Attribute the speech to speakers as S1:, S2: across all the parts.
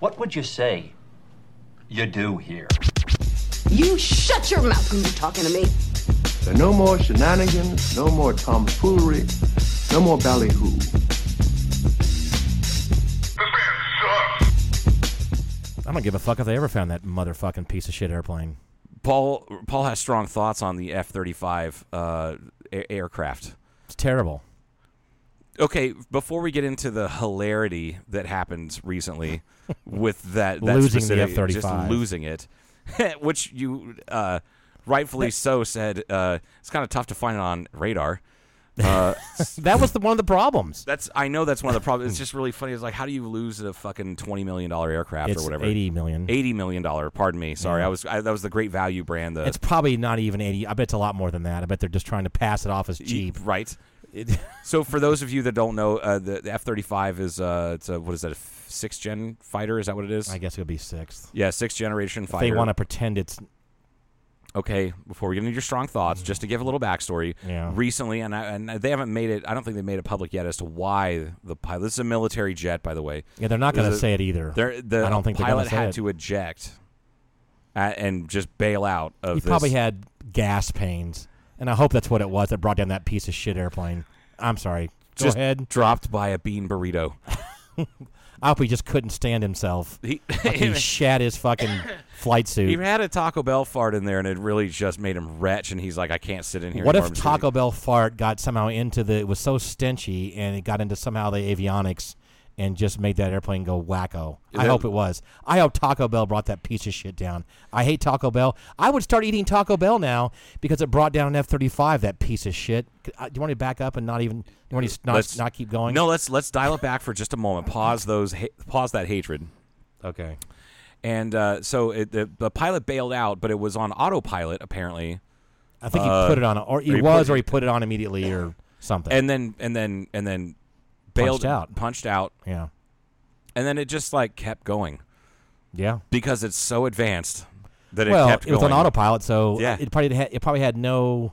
S1: What would you say you do here?
S2: You shut your mouth when you're talking to me.
S3: There are no more shenanigans, no more tomfoolery, no more ballyhoo.
S4: I don't give a fuck if they ever found that motherfucking piece of shit airplane.
S5: Paul Paul has strong thoughts on the F thirty five aircraft.
S4: It's terrible.
S5: Okay, before we get into the hilarity that happened recently with that, that
S4: Losing the
S5: specific-
S4: F-35.
S5: just losing it, which you uh, rightfully so said uh, it's kind of tough to find it on radar. Uh,
S4: That was the, one of the problems.
S5: that's I know that's one of the problems. It's just really funny. It's like how do you lose a fucking twenty million dollar aircraft
S4: It's
S5: or whatever?
S4: eighty million.
S5: eighty million dollar. Pardon me. Sorry, I was I, that was the great value brand. The
S4: It's probably not even eighty. I bet it's a lot more than that. I bet they're just trying to pass it off as cheap.
S5: E, right? so for those of you that don't know, uh, the, the F thirty five is uh, it's a what is that a sixth gen fighter? Is that what it is?
S4: I guess it'll be sixth.
S5: yeah, sixth generation
S4: If
S5: fighter.
S4: they want to pretend it's
S5: okay, before we get into your strong thoughts, just to give a little backstory,
S4: Yeah.
S5: recently, and I, and they haven't made it. I don't think they made it public yet as to why the pilot. This is a military jet, by the way.
S4: yeah, they're not
S5: There's
S4: going to
S5: a-
S4: say it either.
S5: There, the
S4: I don't think they're gonna
S5: pilot
S4: say
S5: had
S4: it.
S5: to eject a- and just bail out of
S4: He
S5: this.
S4: probably had gas pains, and I hope that's what it was that brought down that piece of shit airplane. I'm sorry. Go
S5: just
S4: ahead.
S5: dropped by a bean burrito.
S4: I hope he just couldn't stand himself.
S5: He,
S4: Like he shat his fucking flight
S5: he
S4: suit.
S5: had a Taco Bell fart in there, and it really just made him retch. And he's like, "I can't sit in here."
S4: What
S5: anymore.
S4: if
S5: I'm just
S4: Taco
S5: gonna-
S4: Bell fart got somehow into the? It was so stenchy, and it got into somehow the avionics, and just made that airplane go wacko. I
S5: That-
S4: hope it was. I hope Taco Bell brought that piece of shit down. I hate Taco Bell. I would start eating Taco Bell now because it brought down an F thirty five. That piece of shit. C- I- Do you want me to back up and not even? Do you want me to s- not,
S5: Let's-
S4: not keep going?
S5: No, let's let's dial it back for just a moment. Pause those. Ha- pause that hatred.
S4: Okay.
S5: And uh, so it, the the pilot bailed out, but it was on autopilot apparently.
S4: I think he
S5: Uh,
S4: put it on, or he
S5: he
S4: was,
S5: put-
S4: or he put it on immediately, or something.
S5: And then and then and then bailed
S4: Punched out.
S5: punched out,
S4: yeah.
S5: and then it just like kept going
S4: Yeah.
S5: because it's so advanced that it
S4: well,
S5: kept
S4: it was
S5: going.
S4: on autopilot, so
S5: Yeah.
S4: it probably had, it probably had no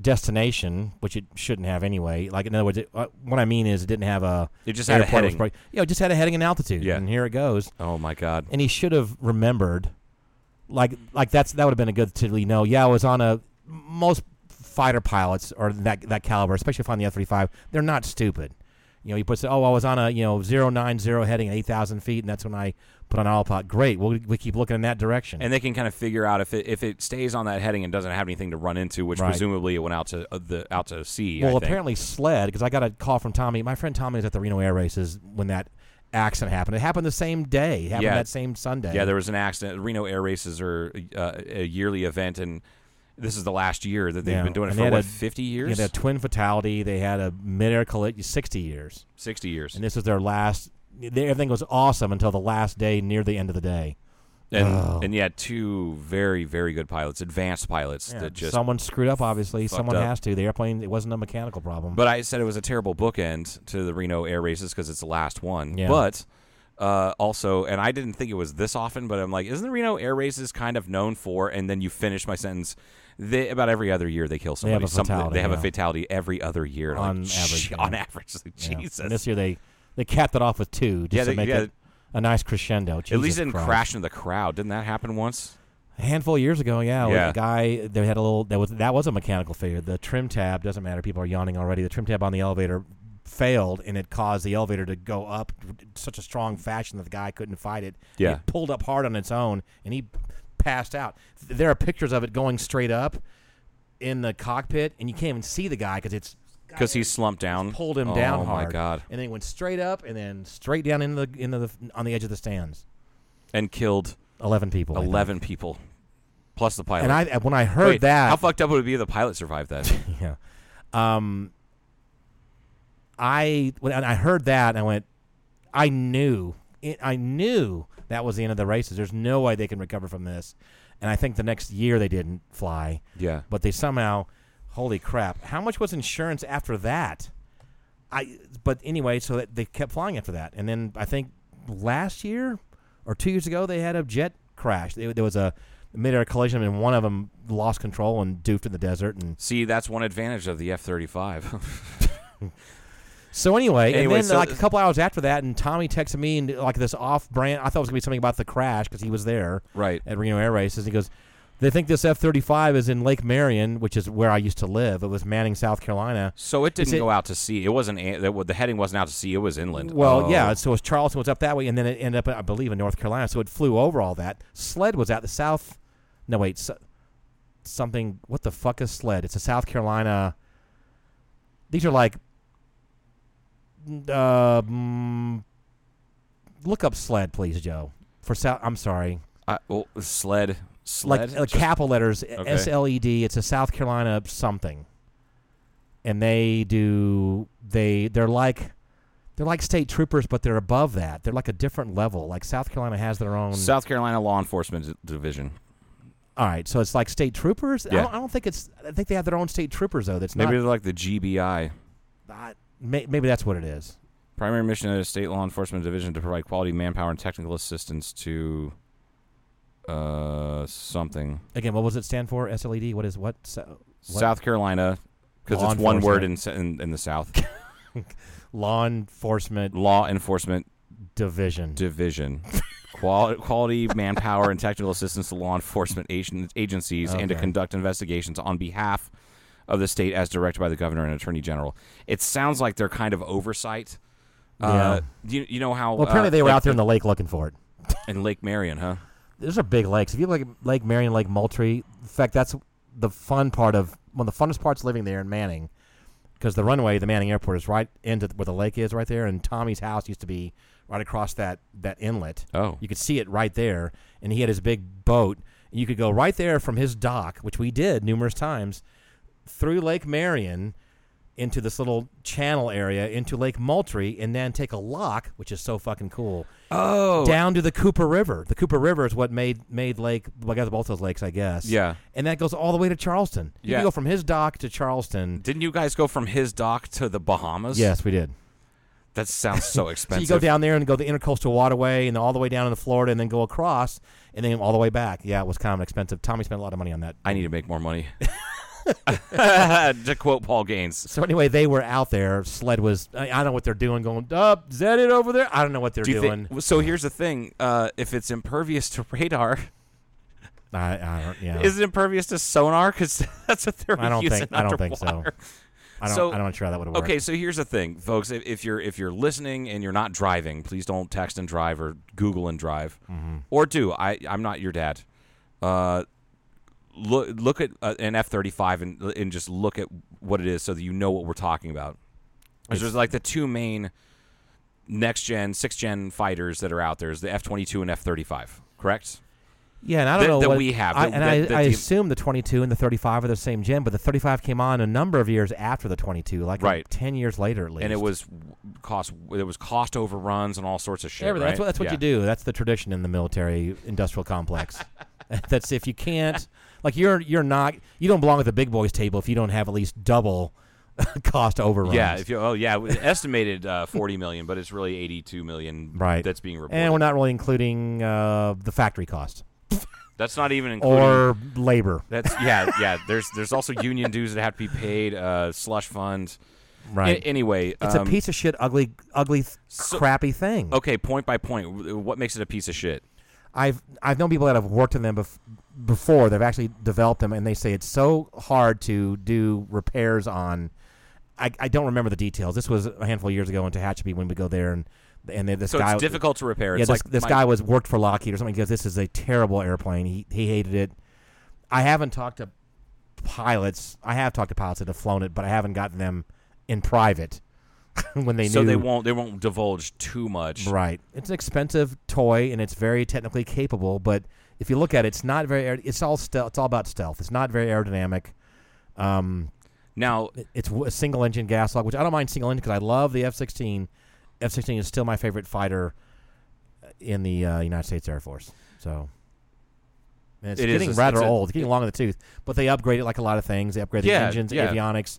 S4: destination, which it shouldn't have anyway. Like in other words, it, uh, what I mean is it didn't have a.
S5: It just had a
S4: airport, it was
S5: heading.
S4: probably- yeah, it just had a heading and altitude.
S5: Yeah.
S4: and here it goes.
S5: Oh my god!
S4: And he should have remembered, like like that's that would have been a good to really know. Yeah, I was on a most fighter pilots or that that caliber, especially if on the F thirty five, they're not stupid. You know, he puts, oh, I was on a you know zero nine zero heading at eight thousand feet, and that's when I put on autopilot. Great, we'll, we keep looking in that direction.
S5: And they can kind of figure out if it if it stays on that heading and doesn't have anything to run into, which
S4: Right.
S5: presumably it went out to uh, the out to sea. I
S4: Well,
S5: think.
S4: apparently sled because I got a call from Tommy. My friend Tommy was at the Reno Air Races when that accident happened. It happened the same day. It happened
S5: Yeah.
S4: that same Sunday.
S5: Yeah, there was an accident. Reno Air Races are uh, a yearly event, and this is the last year that they've
S4: Yeah,
S5: been doing it
S4: and
S5: for
S4: they had
S5: what
S4: a-
S5: fifty
S4: Yeah,
S5: years,
S4: they had a twin fatality. They had a midair collision. Sixty years,
S5: sixty years,
S4: and
S5: and,
S4: this was their last. they- everything was awesome until the last day, near the end of the day.
S5: and,
S4: Oh.
S5: yeah, two very very good pilots, advanced pilots that just.
S4: someone screwed up. Obviously,
S5: fucked
S4: someone
S5: up.
S4: has to. The airplane. It wasn't a mechanical problem.
S5: But I said it was a terrible bookend to the Reno Air Races because it's the last one.
S4: Yeah.
S5: But uh, also, and I didn't think it was this often, but I'm like, isn't the Reno Air Races kind of known for? And then you finish my sentence. They, about every other year, they kill somebody.
S4: have a
S5: Some-
S4: fatality,
S5: they have a
S4: yeah.
S5: fatality every other year. And I'm
S4: On
S5: like,
S4: average,
S5: "Gee,"
S4: yeah.
S5: on average, It's like,
S4: Yeah. And
S5: Jesus.
S4: this year they they capped it off with two just
S5: Yeah,
S4: to
S5: they-
S4: make
S5: yeah.
S4: it a nice crescendo.
S5: At least
S4: Jesus
S5: it didn't
S4: Christ.
S5: crash into the crowd. Didn't that happen once?
S4: A handful of years ago, yeah, with
S5: Yeah.
S4: a guy they had a little that was that was a mechanical failure. The trim tab doesn't matter. People are yawning already. The trim tab on the elevator failed, and it caused the elevator to go up in such a strong fashion that the guy couldn't fight it.
S5: Yeah.
S4: it pulled up hard on its own, and he passed out. There are pictures of it going straight up in the cockpit, and you can't even see the guy because it's
S5: Because he slumped down.
S4: pulled him down
S5: Oh
S4: hard.
S5: my god!
S4: And then he went straight up, and then straight down into the into the on the edge of the stands.
S5: And killed
S4: Eleven people. I think.
S5: eleven people, plus the pilot.
S4: Oh, And I when I heard
S5: Wait,
S4: that,
S5: How fucked up would it be if the pilot survived that?
S4: Yeah. Um, I when I heard that, I went, I knew, it, I knew that was the end of the races. There's no way they can recover from this. And I think the next year they didn't fly,
S5: yeah.
S4: but they somehow, holy crap! How much was insurance after that? I but anyway, so that they kept flying after that, and then I think last year or two years ago they had a jet crash. There there was a midair collision, and one of them lost control and doofed in the desert, and
S5: See, that's one advantage of the F thirty five.
S4: So anyway, and
S5: Anyway,
S4: then
S5: so-
S4: like a couple hours after that, and Tommy texted me and like this off-brand. I thought it was gonna be something about the crash because he was there,
S5: Right.
S4: at Reno Air Races. And he goes, "They think this F-35 is in Lake Marion, which is where I used to live. It was Manning, South Carolina.
S5: So it didn't
S4: it-
S5: go out to sea. It wasn't. a- that wa- The heading wasn't out to sea. It was inland.
S4: Well,
S5: Oh.
S4: yeah. So it was Charleston was up that way, and then it ended up, I believe, in North Carolina. So it flew over all that. Sled was out the south. No, wait. So, something. What the fuck is sled? It's a South Carolina. These are like. Uh, mm, look up sled, please, Joe. For South, I'm sorry.
S5: I, well, sled,
S4: Like
S5: sled,
S4: uh,
S5: Just-
S4: capital letters, S L E D. It's a South Carolina something. And they do they they're like they're like state troopers, but they're above that. They're like a different level. Like South Carolina has their own.
S5: South Carolina Law Enforcement D- Division.
S4: All right, so it's like state troopers. I,
S5: Yeah.
S4: don't, I don't think it's. I think they have their own state troopers though. That's
S5: Maybe
S4: not.
S5: they're like the GBI.
S4: not- may, maybe that's what it is.
S5: Primary mission of the state law enforcement division to provide quality manpower and technical assistance to uh something
S4: Again, what does it stand for? S L E D. What is what? So, what?
S5: South Carolina because
S4: Law
S5: it's one word in, s- in in the South.
S4: Law Enforcement
S5: law enforcement
S4: Division.
S5: division. Qual- quality manpower and technical assistance to law enforcement agent- agencies and to
S4: Okay.
S5: conduct investigations on behalf of the state as directed by the governor and attorney general. It sounds like they're kind of oversight. Uh, you, you know how
S4: well, apparently
S5: uh,
S4: they were
S5: like
S4: out there in the lake looking for it.
S5: in Lake Marion, huh?
S4: those are big lakes. If you look at Lake Marion, Lake Moultrie, in fact, that's the fun part of one of the funnest parts of living there in Manning, because the runway, the Manning Airport, is right into where the lake is right there, and Tommy's house used to be right across that that inlet.
S5: Oh.
S4: you could see it right there, and he had his big boat. And you could go right there from his dock, which we did numerous times, through Lake Marion into this little channel area into Lake Moultrie, and then take a lock, which is so fucking cool
S5: Oh.
S4: down to the Cooper River. The Cooper River is what made made Lake. Well, I guess both those lakes, I guess.
S5: Yeah.
S4: And that goes all the way to Charleston. You
S5: Yeah.
S4: can go from his dock to Charleston.
S5: Didn't you guys go from his dock to the Bahamas?
S4: Yes, we did.
S5: That sounds so
S4: So
S5: expensive.
S4: you go down there and go the intercoastal waterway and all the way down into Florida and then go across and then all the way back. Yeah, it was kind of expensive. Tommy spent a lot of money on that.
S5: I need to make more money. to quote Paul Gaines.
S4: So anyway, they were out there. Sled was. I, I don't know what they're doing. Going up. Is that it over there? I don't know what they're
S5: Do you
S4: doing.
S5: think, so here's the thing. Uh, if it's impervious to radar,
S4: I, I don't. Yeah.
S5: is it impervious to sonar? Because that's what they're
S4: I don't
S5: using
S4: think. I don't think so.
S5: underwater.
S4: I don't.
S5: So-
S4: I don't sure how that would work.
S5: Okay, so here's the thing, folks. If, if you're if you're listening and you're not driving, please don't text and drive or Google and drive,
S4: Mm-hmm.
S5: or do. I I'm not your dad. Uh, look look at uh, an F-35 and and just look at what it is so that you know what we're talking about. 'Cause There's like the two main next gen, six gen fighters that are out there is the F-22 and F-35. Correct.
S4: Yeah, and I don't
S5: that-
S4: know
S5: that
S4: what,
S5: we have,
S4: I,
S5: that-
S4: and
S5: that-
S4: I,
S5: that
S4: I
S5: the-
S4: assume the 22 and the 35 are the same gen, but the 35 came on a number of years after the 22, like
S5: Right.
S4: 10 years later at least.
S5: And it was w- cost. It was cost overruns and all sorts of shit.
S4: Everything. That's
S5: right?
S4: what, that's what
S5: Yeah.
S4: you do. That's the tradition in the military industrial complex. that's if you can't, like you're you're not you don't belong at the big boys table if you don't have at least double cost overruns.
S5: Yeah, if you oh yeah, w- estimated uh, forty million, but it's really eighty-two million.
S4: right.
S5: that's being reported.
S4: and we're not really including uh, the factory cost
S5: that's not even including.
S4: or labor,
S5: that's yeah, yeah. There's there's also union dues that have to be paid. Uh, slush fund. A-
S4: right?
S5: anyway,
S4: it's
S5: um,
S4: a piece of shit, ugly, ugly, crappy thing.
S5: Okay, point by point, w- what makes it a piece of shit?
S4: I've I've known people that have worked in them bef- before. They've actually developed them, and they say it's so hard to do repairs on. I, I don't remember the details. This was a handful of years ago in Tehachapi when we go there, and and this
S5: So
S4: guy
S5: it's difficult to repair.
S4: yeah,
S5: It's
S4: this,
S5: like
S4: this
S5: my-
S4: guy was worked for Lockheed or something because this is a terrible airplane. He he hated it. I haven't talked to pilots. I have talked to pilots that have flown it, but I haven't gotten them in private when they
S5: So
S4: knew
S5: they won't they won't divulge too much.
S4: Right. It's an expensive toy, and it's very technically capable. But if you look at it, it's not very. aer- It's all stealth. It's all about stealth. It's not very aerodynamic. Um,
S5: Now,
S4: it's w- a single engine gas log, which I don't mind single engine because I love the F sixteen. F sixteen is still my favorite fighter in the uh, United States Air Force. So. And it's
S5: It is.
S4: getting
S5: It's-
S4: rather
S5: it's a-
S4: old. It's getting long in the tooth, but they upgrade it like a lot of things. They upgrade the
S5: Yeah,
S4: engines,
S5: yeah.
S4: avionics,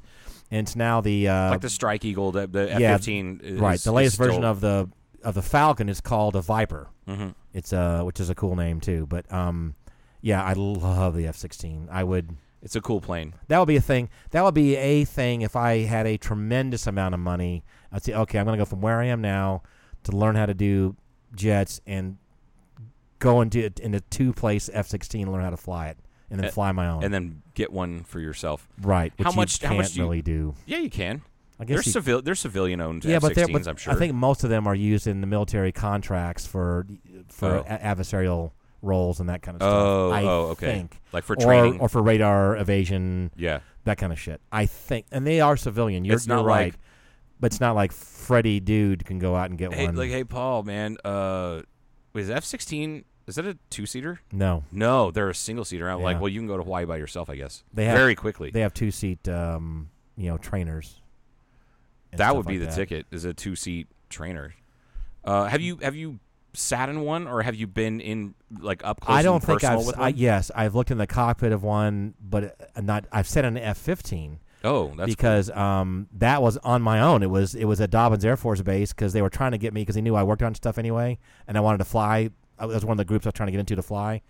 S4: and it's now the uh,
S5: like the Strike Eagle, the, the
S4: yeah,
S5: F-15. Is,
S4: right. The
S5: is
S4: latest version
S5: still-
S4: of the of the Falcon is called a Viper. Mm-hmm. It's uh, which is a cool name too. But um, yeah, I love the F sixteen. I would.
S5: It's a cool plane.
S4: That would be a thing. That would be a thing if I had a tremendous amount of money. I'd say, okay, I'm going to go from where I am now to learn how to do jets and go into it into two place F-16, learn how to fly it, and then
S5: A-
S4: fly my own.
S5: And then get one for yourself.
S4: right, which
S5: how
S4: you
S5: much- how
S4: Can't
S5: much do you-
S4: really do.
S5: Yeah, you can.
S4: I guess
S5: They're
S4: you-
S5: civil. They're civilian owned
S4: yeah, but, they're-
S5: F-16s.
S4: but
S5: I'm sure.
S4: I think most of them are used in the military contracts for for
S5: Oh.
S4: a- adversarial roles and that kind of stuff.
S5: Oh,
S4: I
S5: oh, okay.
S4: think.
S5: Like for
S4: Or-
S5: training.
S4: or, for radar evasion,
S5: yeah.
S4: that kind of shit. I think, and they are civilian. You're,
S5: It's not
S4: you're right,
S5: like-
S4: but it's not like Freddy dude can go out and get
S5: Hey,
S4: one.
S5: like, hey, Paul, man. Uh, is F-16? Is that a two-seater?
S4: no,
S5: No, they're a single-seater. I'm like,
S4: Yeah.
S5: well, you can go to Hawaii by yourself, I guess.
S4: They have-
S5: very quickly.
S4: they have two seat, um, you know, trainers. and
S5: that
S4: stuff
S5: would be
S4: like that.
S5: the ticket. Is a two-seat trainer. Uh, have you have you sat in one or have you been in like up close?
S4: I don't
S5: and
S4: think
S5: personal
S4: I've.
S5: With
S4: I,
S5: one?
S4: yes, I've looked in the cockpit of one, but uh, not. I've said an F fifteen.
S5: Oh, that's
S4: because um, that was on my own. It was it was at Dobbins Air Force Base because they were trying to get me because they knew I worked on stuff anyway, and I wanted to fly. I was one of the groups I was trying to get into to fly.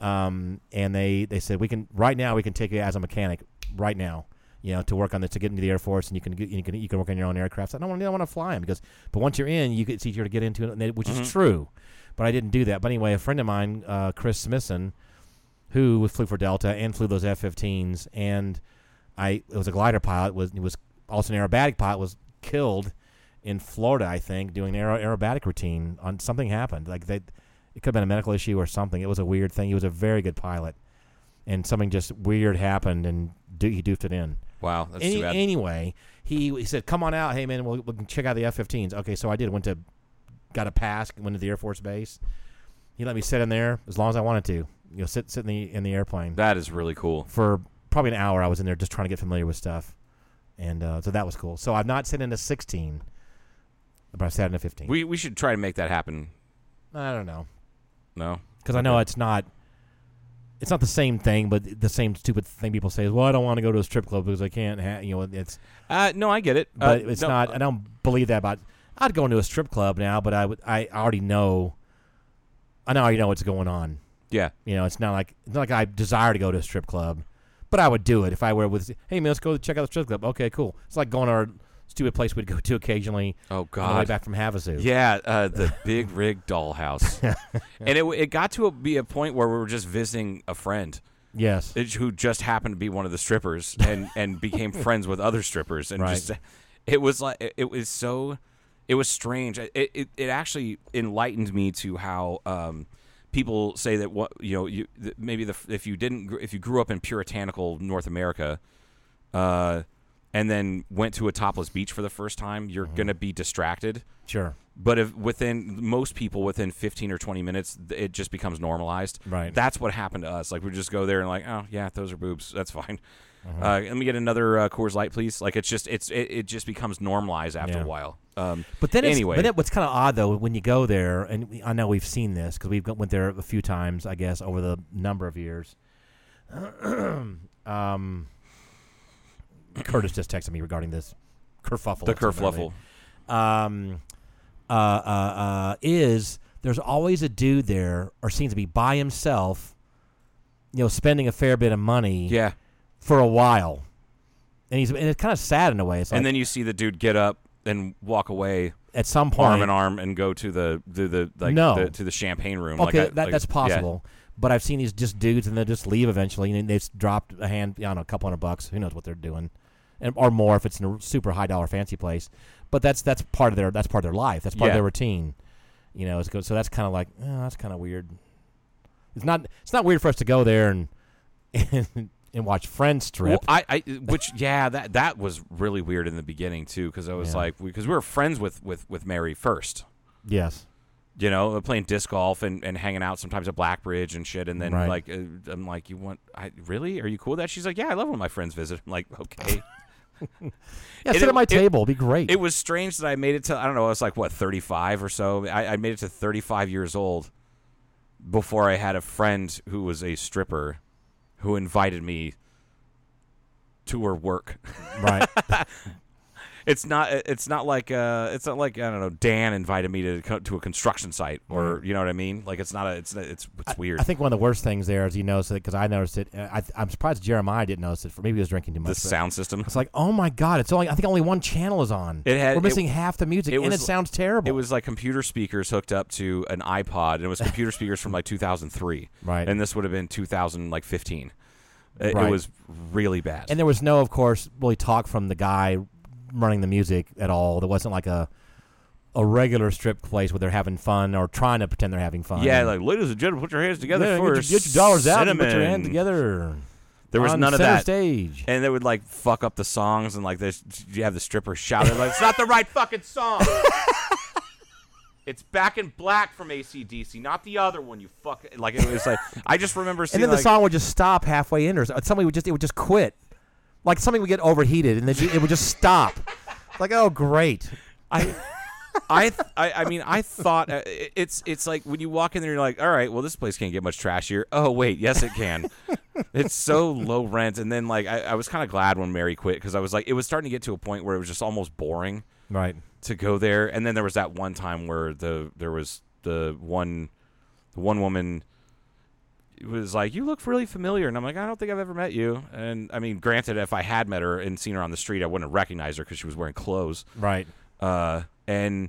S4: Um, and they they said we can right now we can take you as a mechanic right now, you know, to work on this to get into the Air Force and you can get, you can you can work on your own aircraft. I don't want to I want to fly them because but once you're in you get it's easier to get into it, and it- which is true. But I didn't do that. But anyway, a friend of mine, uh, Chris Smithson, who flew for Delta and flew those F-15s, and I it was a glider pilot was it was also an aerobatic pilot was killed in Florida, I think, doing an aer- aerobatic routine on something happened like they it could have been a medical issue or something. It was a weird thing. He was a very good pilot, and something just weird happened, and do, he doofed it in.
S5: wow. That's
S4: Any,
S5: too bad.
S4: anyway, he he said, "Come on out, hey man, we'll, we can check out the F-15s." Okay, so I did. Went to got a pass. Went to the Air Force base. He let me sit in there as long as I wanted to. You know, sit sit in the in the airplane
S5: that is really cool.
S4: for probably an hour. I was in there just trying to get familiar with stuff, and uh, so that was cool. So I've not sat in a 16, but I've sat in a 15.
S5: We we should try to make that happen.
S4: I don't know
S5: No.
S4: because I know it's not. It's not the same thing, but the same stupid thing people say is, "Well, I don't want to go to a strip club because I can't." Ha-, you know, it's
S5: Uh, no, I get it.
S4: but
S5: Uh,
S4: it's
S5: no,
S4: not. I don't believe that about. I'd go into a strip club now, but I would. I already know. I know already know what's going on.
S5: Yeah.
S4: You know, it's not like it's not like I desire to go to a strip club, but I would do it if I were with. Hey man, let's go check out the strip club. Okay, cool. It's like going to our stupid place we'd go to occasionally.
S5: Oh
S4: on the way
S5: God.
S4: back from Havasu.
S5: Yeah, uh, the big rig dollhouse, and it it got to a, be a point where we were just visiting a friend
S4: Yes.
S5: it- who just happened to be one of the strippers and and became friends with other strippers, and
S4: Right.
S5: just it was like it, it was so it was strange. It, it it actually enlightened me to how. Um, People say that what you know, you, th- maybe the, if you didn't, gr- if you grew up in puritanical North America, uh, and then went to a topless beach for the first time, you're gonna be distracted.
S4: sure.
S5: But if within most people within 15 or 20 minutes, th- it just becomes normalized.
S4: Right.
S5: That's what happened to us. Like we just go there and like, oh yeah, those are boobs. That's fine.
S4: Uh-huh.
S5: Uh, let me get another uh, Coors Light, please. Like it's just it's it, it just becomes normalized after
S4: Yeah.
S5: a while. Um,
S4: But then, it's-
S5: anyway,
S4: but it, what's kind of odd though, when you go there, and we, I know we've seen this because we've go- went there a few times, I guess, over the number of years. um, Curtis just texted me regarding this kerfuffle.
S5: the
S4: that's happening.
S5: kerfluffle.
S4: um, uh, uh, uh, is there's always a dude there, or seems to be by himself, you know, spending a fair bit of money
S5: Yeah.
S4: for a while, and he's and it's kind of sad in a way. It's like
S5: and then you see the dude get up and walk away
S4: at some point,
S5: arm in arm and go to the to the like
S4: No.
S5: the, to the champagne room.
S4: okay,
S5: like, I-
S4: that,
S5: like-
S4: that's
S5: yeah.
S4: possible. But I've seen these just dudes, and they just leave eventually, and they've dropped a hand, I don't know, a couple hundred bucks. Who knows what they're doing, and or more if it's in a super high dollar fancy place. But that's that's part of their that's part of their life. That's part of
S5: Yeah.
S4: their routine. You know, it's good. So that's kind of like oh, that's kind of weird. It's not it's not weird for us to go there and and, and watch Friends
S5: Well,
S4: strip.
S5: I, I, which, yeah, that that was really weird in the beginning too, because I was
S4: Yeah.
S5: like, because we, were friends with with with Mary first,
S4: yes,
S5: you know, uh, playing disc golf and, and hanging out sometimes at Blackbridge and shit, and then
S4: Right.
S5: like, uh, I'm like, you want, I really, are you cool with that? She's like, yeah, I love when my friends visit. I'm like, okay.
S4: yeah,
S5: And
S4: sit
S5: it-
S4: at my
S5: it-
S4: table, it'd be great.
S5: it was strange that I made it to, I don't know, I was like what 35 or so. I, I made it to 35 years old before I had a friend who was a stripper who invited me to her work.
S4: right?
S5: it's not it's not like uh it's not like I don't know Dan invited me to co- to a construction site or you know what I mean like it's not a it's it's it's weird
S4: I think one of the worst things there is you notice it because I noticed it. uh, I, I'm surprised Jeremiah didn't notice it. For maybe he was drinking too
S5: the
S4: much. but
S5: sound system
S4: It's like, oh my god! It's only I think only one channel is on.
S5: It had-
S4: we're
S5: it-
S4: missing half the music,
S5: it
S4: and
S5: was-
S4: it sounds terrible.
S5: it was like computer speakers hooked up to an iPod and it was computer speakers from like 2003
S4: Right.
S5: and this would have been 2015 it,
S4: Right.
S5: it was really bad
S4: and there was no, of course, really talk from the guy running the music at all. There wasn't like a a regular strip place where they're having fun or trying to pretend they're having fun.
S5: yeah like ladies and gentlemen put your hands
S4: Yeah,
S5: together
S4: get,
S5: for
S4: your, get your dollars out and put your
S5: cinnamon.
S4: hand together.
S5: there was
S4: on
S5: none of
S4: center
S5: that
S4: Stage.
S5: and they would like fuck up the songs and like this you have the stripper shouting like it's not the right fucking song it's back in black from acdc not the other one you fuck like it was like i just remember
S4: and
S5: seeing
S4: then the
S5: like,
S4: song would just stop halfway in, or s- somebody would just it would just quit, like something would get overheated, and then ju- it would just stop. Like, oh great,
S5: I, I, th- I, I mean, I thought uh, i- it's it's like when you walk in there, you're like, all right, well, this place can't get much trashier. Oh wait, yes, it can. it's so low rent, and then like I, I was kind of glad when Mary quit because I was like, it was starting to get to a point where it was just almost boring
S4: right?
S5: to go there. And then there was that one time where the there was the one the one woman was like, "You look really familiar," and I'm like, "I don't think I've ever met you." And I mean, granted, if I had met her and seen her on the street, I wouldn't have recognized her because she was wearing clothes.
S4: Right.
S5: Uh, and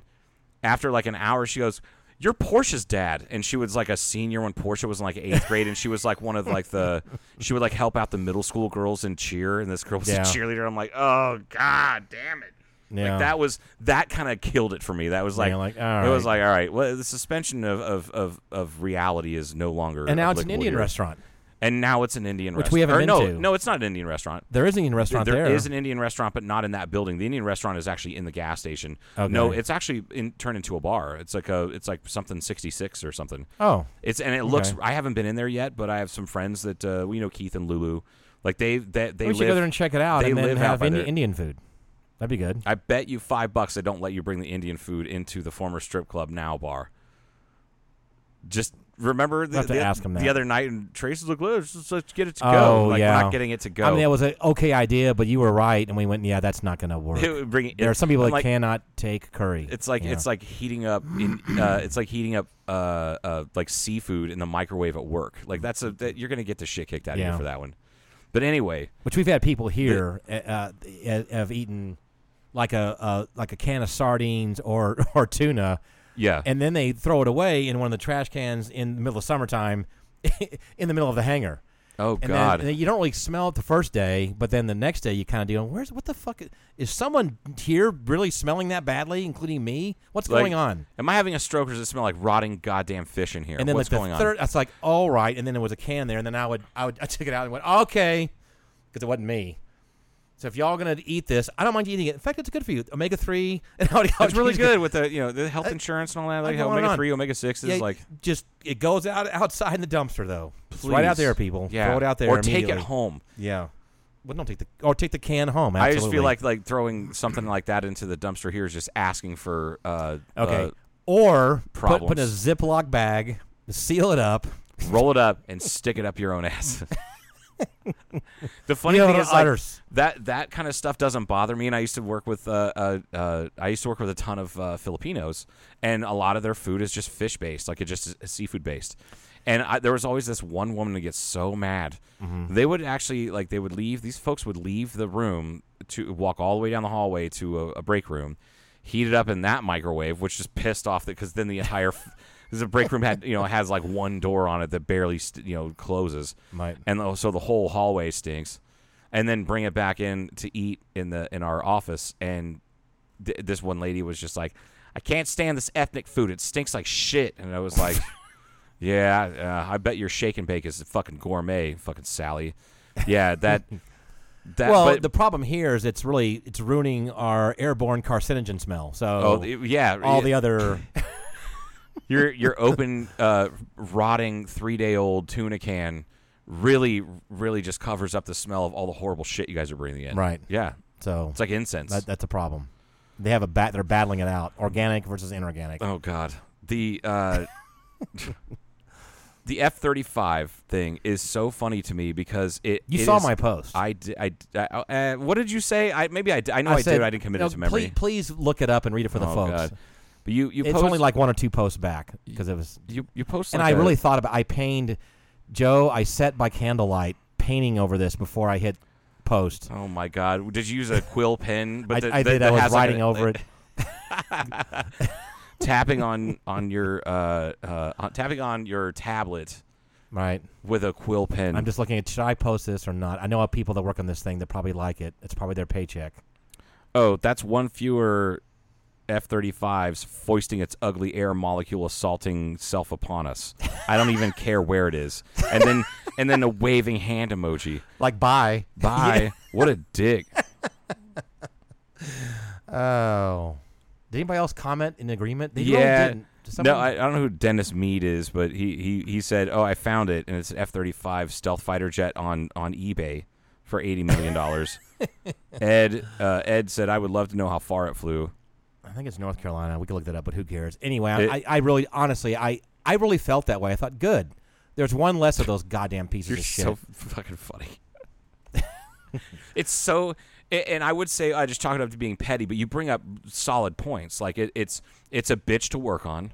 S5: after like an hour, she goes, "You're Portia's dad," and she was like a senior when Portia was in like eighth grade, and she was like one of like the she would like help out the middle school girls and cheer, and this girl was
S4: Yeah.
S5: a cheerleader. I'm like, oh god, damn it.
S4: Yeah.
S5: Like that was that kind of killed it for me. That was like,
S4: Oh. Yeah, like,
S5: it
S4: all
S5: was
S4: right.
S5: like all right. Well, the suspension of of, of, of reality is no longer.
S4: And now it's an
S5: applicable
S4: Indian
S5: here.
S4: restaurant.
S5: and now it's an Indian
S4: Which
S5: restaurant.
S4: we haven't
S5: Or
S4: been
S5: no,
S4: to.
S5: no, it's not an Indian restaurant.
S4: There is an Indian restaurant there.
S5: There is an Indian restaurant, but not in that building. The Indian restaurant is actually in the gas station. No,
S4: Okay.
S5: it's actually in, turned into a bar. It's like a, it's like something sixty six or something.
S4: Oh.
S5: it's and it looks.
S4: Okay.
S5: I haven't been in there yet, but I have some friends that uh, we know Keith and Lulu. Like they, they, they
S4: we
S5: live,
S4: should go there and check it out,
S5: They
S4: and then
S5: live out
S4: have
S5: by
S4: Indi-
S5: there.
S4: Indian food. That'd be good.
S5: I bet you five bucks they don't let you bring the Indian food into the former strip club now bar. Just remember the,
S4: have to
S5: the,
S4: ask 'em
S5: the
S4: that.
S5: other night and Trace was like, let's, just- let's get it to
S4: Oh,
S5: go. Like,
S4: yeah.
S5: We're not getting it to go.
S4: I mean, that was an okay idea, but you were right, and we went, yeah, that's not going to work.
S5: It would bring it-
S4: there are some people
S5: I'm
S4: that
S5: like-
S4: cannot take curry.
S5: It's like
S4: Yeah.
S5: it's like heating up in uh, it's like heating up uh, uh, like seafood in the microwave at work. Like that's a that, you're gonna get the shit kicked out of
S4: Yeah.
S5: you for that one. But anyway,
S4: which we've had people here uh, uh, have eaten like a uh, like a can of sardines or or tuna,
S5: yeah,
S4: and then they throw it away in one of the trash cans in the middle of summertime, in the middle of the hangar.
S5: oh
S4: And
S5: god,
S4: Then, and you don't really smell it the first day, but then the next day you kind of do. Where's what the fuck is, is someone here really smelling that badly, including me? What's
S5: Like,
S4: going on?
S5: Am I having a stroke or does it smell like rotting goddamn fish in here?
S4: And then
S5: What's
S4: like
S5: going
S4: the
S5: on?
S4: third, that's like all right. And then there was a can there, and then I would I would I took it out and went okay, because it wasn't me. So if y'all gonna eat this, I don't mind you eating it. In fact, it's good for you. Omega three and all the
S5: It's really good with the you know the health insurance and all that. Like
S4: go on and
S5: omega
S4: on.
S5: three, omega six is
S4: Yeah,
S5: like
S4: just it goes out outside in the dumpster though. It's right out
S5: please.
S4: there, people.
S5: Yeah,
S4: Throw it out there
S5: or take it
S4: immediately.
S5: home.
S4: Yeah. Well, don't take the or take the can home.
S5: I just
S4: absolutely.
S5: feel like like throwing something like that into the dumpster here is just asking for uh,
S4: Okay.
S5: uh,
S4: or put, put in a
S5: problems. Uh,
S4: Ziploc bag, seal it up.
S5: roll it up and stick it up your own ass. the funny
S4: You have
S5: thing
S4: an
S5: is, like,
S4: udders.
S5: that that kind of stuff doesn't bother me. And I used to work with uh, uh, uh, I used to work with a ton of uh, Filipinos, and a lot of their food is just fish based, like it just is seafood based. And I, there was always this one woman that gets so mad. They would actually like they would leave. These folks would leave the room to walk all the way down the hallway to a, a break room, heat it up in that microwave, which just pissed off that because then the entire because the break room had you know has like one door on it that barely st- you know closes,
S4: Right.
S5: and tho- so the whole hallway stinks, and then bring it back in to eat in the in our office, and th- this one lady was just like, I can't stand this ethnic food. It stinks like shit, and I was like. Yeah, uh, I bet your shake and bake is fucking gourmet, fucking Sally. Yeah, that. that
S4: well,
S5: but,
S4: the problem here is it's really it's ruining our airborne carcinogen smell. So
S5: oh, it- yeah,
S4: all
S5: it-
S4: the other
S5: your your open uh, rotting three day old tuna can really really just covers up the smell of all the horrible shit you guys are bringing in.
S4: Right.
S5: Yeah.
S4: so
S5: It's like incense.
S4: that, that's a problem. They have a bat. They're battling it out: organic versus inorganic.
S5: oh God. The uh, the F thirty five thing is so funny to me because it.
S4: You
S5: it
S4: saw
S5: is-
S4: my post.
S5: I di- I di- I- uh, what did you say? I maybe I, di- I know I,
S4: said,
S5: did. I didn't commit
S4: no,
S5: it to memory.
S4: Please, please look it up and read it for the
S5: oh
S4: folks.
S5: god! But you you
S4: It's
S5: post,
S4: only like one or two posts back because it was.
S5: you you post
S4: and
S5: like
S4: I
S5: a-
S4: really thought about. I pained Joe. I sat by candlelight painting over this before I hit post.
S5: Oh my god! Did you use a quill pen?
S4: I,
S5: that-
S4: I
S5: that-
S4: did.
S5: that
S4: I was
S5: has, like,
S4: writing
S5: a-
S4: over it.
S5: tapping on on your uh, uh on- tapping on your tablet
S4: Right.
S5: with a quill pen.
S4: I'm just looking at should I post this or not. I know people that work on this thing that probably like it. It's probably their paycheck.
S5: oh, that's one fewer F-35s foisting its ugly air molecule assaulting self upon us. I don't even care where it is. And then and then a waving hand emoji.
S4: Like bye.
S5: Bye. What a dick.
S4: Oh. Did anybody else comment in agreement? They really
S5: yeah.
S4: didn't. Did
S5: no,
S4: someone-
S5: I, I don't know who Dennis Mead is, but he, he, he said, "Oh, I found it, and it's an F-35 stealth fighter jet on, on eBay for eighty million dollars." Ed uh, Ed said, "I would love to know how far it flew."
S4: I think it's North Carolina. We could look that up, but who cares? Anyway,
S5: It-
S4: I, I really, honestly, I, I really felt that way. I thought, good. There's one less of those goddamn pieces
S5: You're
S4: of shit.
S5: so fucking funny. it's so, a- and I would say I just chalk it up to being petty, but you bring up solid points. Like it, it's it's a bitch to work on,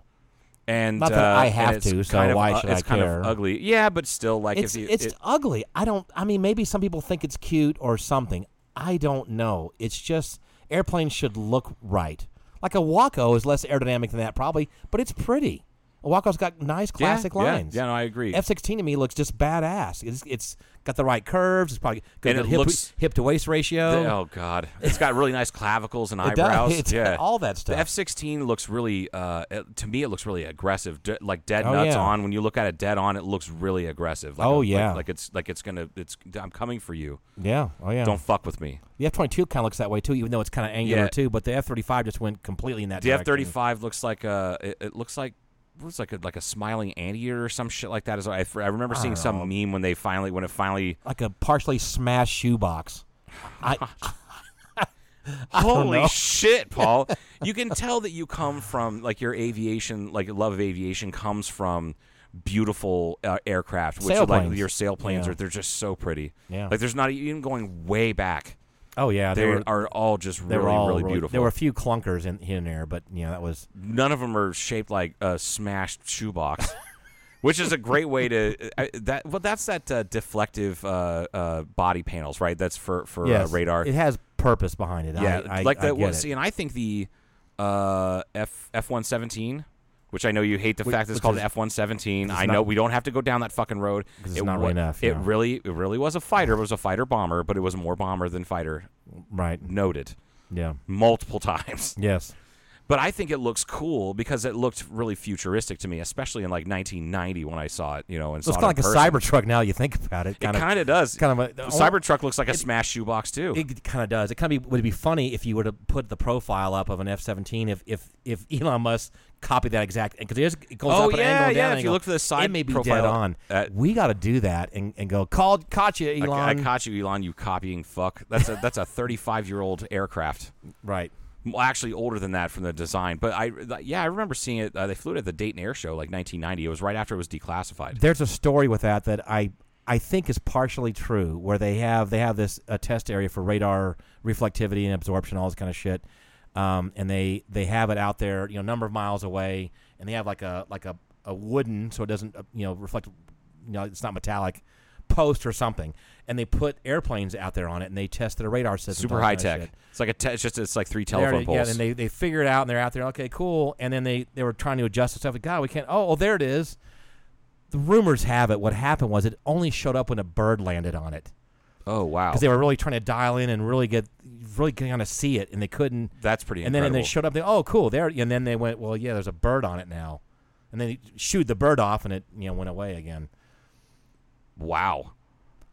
S5: and
S4: Not that
S5: uh,
S4: I
S5: and
S4: have
S5: it's
S4: to, so
S5: kind of
S4: why
S5: u-
S4: should
S5: it's
S4: I
S5: kind
S4: care?
S5: of ugly, yeah, but still, like
S4: it's
S5: if you,
S4: it's
S5: it-
S4: ugly. I don't. I mean, maybe some people think it's cute or something. I don't know. It's just airplanes should look right. Like a Waco is less aerodynamic than that, probably, but it's pretty. A Waco's got nice classic
S5: yeah.
S4: lines.
S5: Yeah, no, I agree.
S4: F sixteen to me looks just badass. It's, it's got the right curves. It's probably got
S5: And
S4: good
S5: it
S4: hip,
S5: looks-
S4: hip to waist ratio.
S5: The- oh God, it's got really nice clavicles and
S4: It does.
S5: eyebrows.
S4: It's
S5: yeah,
S4: got all that stuff.
S5: The F sixteen looks really, uh, it- to me, it looks really aggressive. D- like dead
S4: Oh,
S5: nuts
S4: yeah.
S5: on. When you look at it dead on, it looks really aggressive. Like
S4: Oh,
S5: a-
S4: yeah.
S5: like, like it's like it's gonna. It's I'm coming for you.
S4: yeah. Oh yeah.
S5: Don't fuck with me.
S4: the F twenty two kind of looks that way too, even though it's kind of angular
S5: Yeah.
S4: too. But the F thirty five just went completely in that.
S5: The F thirty
S4: direction.
S5: five looks like a. It, it looks like. Looks like a like a smiling anteater or some shit like that. Is I, I remember seeing some
S4: Oh.
S5: meme when they finally when it finally
S4: like a partially smashed shoebox. I,
S5: Holy
S4: know.
S5: shit, Paul. you can tell that you come from like your aviation, like your love of aviation comes from beautiful uh, aircraft, which are like
S4: Sailplanes.
S5: your sailplanes
S4: Yeah.
S5: are they're just so pretty.
S4: Yeah.
S5: Like there's not even going way back.
S4: Oh yeah,
S5: They,
S4: they, were.
S5: are all just
S4: they
S5: really,
S4: were all
S5: really beautiful.
S4: There were a few clunkers in here and there, but you know that was
S5: None of them are shaped like a smashed shoebox. Which is a great way to I, that. Well, that's that uh, deflective uh, uh, body panels, right? That's for for uh, radar.
S4: It has purpose behind it.
S5: Yeah,
S4: I, I,
S5: like
S4: I
S5: that
S4: get
S5: one.
S4: it.
S5: See, and I think the uh, F F one seventeen, which I know you hate the
S4: Which-
S5: fact that it's
S4: which
S5: called
S4: is-
S5: an F one seventeen. I
S4: not-
S5: know we don't have to go down that fucking road.
S4: 'Cause it's not really enough,
S5: It
S4: yeah.
S5: really, it really was a fighter. It was a fighter bomber, but it was more bomber than fighter.
S4: right.
S5: Noted
S4: Yeah.
S5: multiple times.
S4: Yes.
S5: But I think it looks cool because it looked really futuristic to me, especially in like 1990 when I saw it. You know, and
S4: So it's
S5: saw
S4: kind
S5: it
S4: of
S5: in
S4: like
S5: person.
S4: a Cybertruck now. You think about it. Kind
S5: It
S4: of.
S5: kind of does.
S4: kind of a-
S5: the Cybertruck looks like a smashed shoebox too.
S4: It kind of does. It kind of would be funny if you were to put the profile up of an F seventeen. If if if Elon Musk copied that exact because it goes
S5: Oh,
S4: up an
S5: yeah,
S4: angle, down
S5: yeah,
S4: an
S5: if you
S4: angle,
S5: look for the
S4: it
S5: side
S4: may be
S5: profile,
S4: dead on.
S5: uh,
S4: we got to do that and, and go called caught you,
S5: I,
S4: Elon.
S5: I caught you, Elon. You copying fuck. That's a that's a 35 year old aircraft.
S4: right.
S5: Well, actually older than that from the design, but I th- yeah I remember seeing it. Uh, they flew it at the Dayton Air Show like 1990. It was right after it was declassified.
S4: there's a story with that that I I think is partially true, where they have they have this a test area for radar reflectivity and absorption, all this kind of shit, um, and they they have it out there, you know, a number of miles away, and they have like a like a, a wooden so it doesn't uh, you know reflect, you know, it's not metallic post or something, and they put airplanes out there on it, and they test their radar system,
S5: Super high tech. It's like a te- it's just it's like three
S4: They
S5: telephone
S4: already-
S5: poles.
S4: Yeah, and they they figure it out, and they're out there. Okay, cool. And then they they were trying to adjust the stuff. Like, God, we can't. Oh, well, there it is. The rumors have it. What happened was it only showed up when a bird landed on it
S5: oh wow,
S4: because they were really trying to dial in and really get really kind of see it, and they couldn't.
S5: that's pretty.
S4: and then and they
S5: incredible.
S4: showed up. They oh cool there, and then they went well yeah, there's a bird on it now, and then shoot the bird off, and it you know went away again.
S5: wow.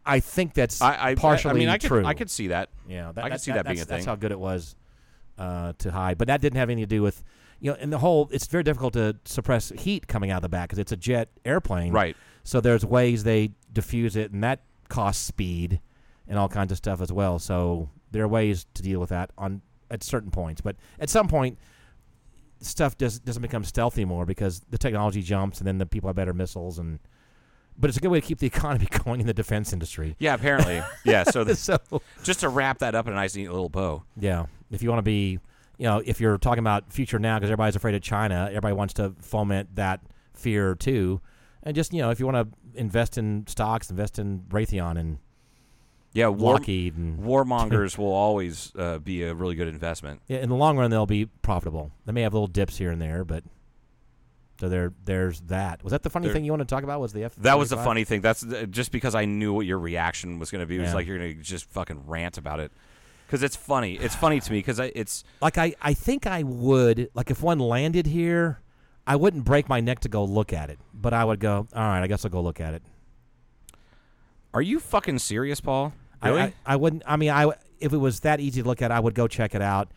S4: I think that's
S5: I, I
S4: partially
S5: I mean I could
S4: true.
S5: I could see that.
S4: Yeah,
S5: I could see that being
S4: that's-
S5: a thing.
S4: That's how good it was uh, to hide, but that didn't have anything to do with you know. And the whole, it's very difficult to suppress heat coming out of the back because it's a jet airplane,
S5: Right.
S4: So there's ways they diffuse it, and that costs speed and all kinds of stuff as well. So there are ways to deal with that on at certain points, but at some point. Stuff just doesn't become stealthy more because the technology jumps, and then the people have better missiles, and but it's a good way to keep the economy going in the defense industry.
S5: Yeah, apparently. yeah. So, th-
S4: So
S5: just to wrap that up in a nice, neat little bow.
S4: yeah, if you want to be, you know, if you're talking about future now because everybody's afraid of China, everybody wants to foment that fear too, and just you know, if you want to invest in stocks, invest in Raytheon and
S5: Yeah, war,
S4: Lockheed and-
S5: warmongers will always uh, be a really good investment.
S4: Yeah, in the long run, they'll be profitable. They may have little dips here and there, but so there, there's that. Was that the funny
S5: There-
S4: thing you want to talk about? Was the F?
S5: That was the
S4: 35?
S5: funny thing. That's th- just because I knew what your reaction was going to be. It was
S4: Yeah.
S5: like you're going to just fucking rant about it because it's funny. It's funny to me because it's
S4: Like I, I think I would like if one landed here, I wouldn't break my neck to go look at it, but I would go. All right, I guess I'll go look at it.
S5: Are you fucking serious, Paul?
S4: I- I, I wouldn't. I mean, I w- if it was that easy to look at, I would go check it out.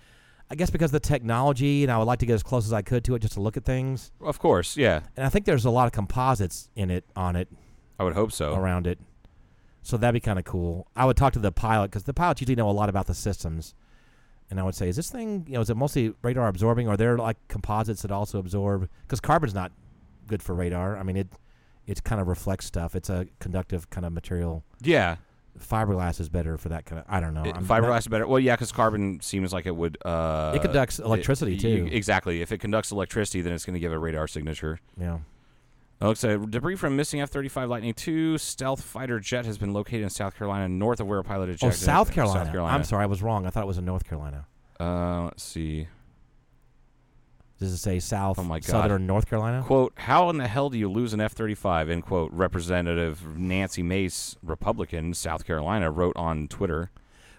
S4: I guess because of the technology, and I would like to get as close as I could to it just to look at things.
S5: of course, yeah.
S4: And I think there's a lot of composites in it on it.
S5: I would hope so.
S4: around it. So that'd be kind of cool. I would talk to the pilot because the pilots usually know a lot about the systems, and I would say, "Is this thing? You know, is it mostly radar absorbing, or are there like composites that also absorb? Because carbon's not good for radar. I mean, it it kind of reflects stuff. It's a conductive kind of material.
S5: Yeah,
S4: Fiberglass is better for that kind of. I don't know.
S5: It-
S4: I'm
S5: fiberglass is better. Well, yeah, because carbon seems like it would. Uh,
S4: It conducts electricity, too.
S5: exactly. If it conducts electricity, then it's going to give a radar signature.
S4: Not, yeah.
S5: Oh, looks like debris from missing F-35 Lightning II stealth fighter jet has been located in South Carolina, north of where a pilot
S4: Oh,
S5: ejected.
S4: South Carolina. I'm sorry, I was wrong. I thought it was in North Carolina.
S5: Uh, let's see.
S4: Does it say South?
S5: Oh, my God.
S4: Southern North Carolina.
S5: Quote, how in the hell do you lose an F 35? End quote. Representative Nancy Mace, Republican, South Carolina, wrote on Twitter.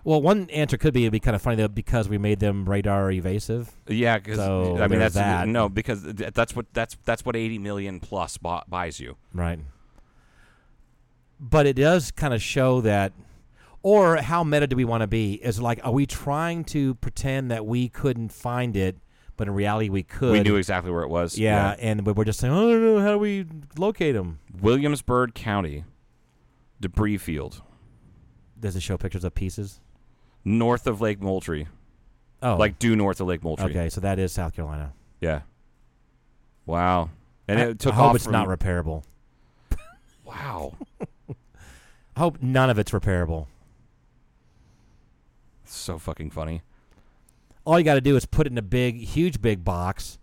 S4: Well, one answer could be it'd be kind of funny though because we made them radar evasive.
S5: Yeah, because
S4: So
S5: I mean
S4: there's
S5: that's
S4: that.
S5: no because th- that's what that's that's what eighty million plus bu- buys you.
S4: Right. But it does kind of show that, or how meta do we want to be? Is like, are we trying to pretend that we couldn't find it, but in reality we could?
S5: We knew exactly where it was.
S4: Yeah, and we- we're just saying, oh, no, no, how do we locate them?
S5: Williamsburg County, debris field,
S4: Does it show pictures of pieces?
S5: north of Lake Moultrie,
S4: Oh,
S5: like due north of Lake Moultrie.
S4: okay, so that is South Carolina.
S5: Yeah. Wow. And
S4: I-
S5: it took
S4: I hope
S5: off.
S4: it's
S5: from-
S4: not repairable.
S5: wow.
S4: I hope none of it's repairable.
S5: so fucking funny.
S4: all you got to do is put it in a big, huge, big box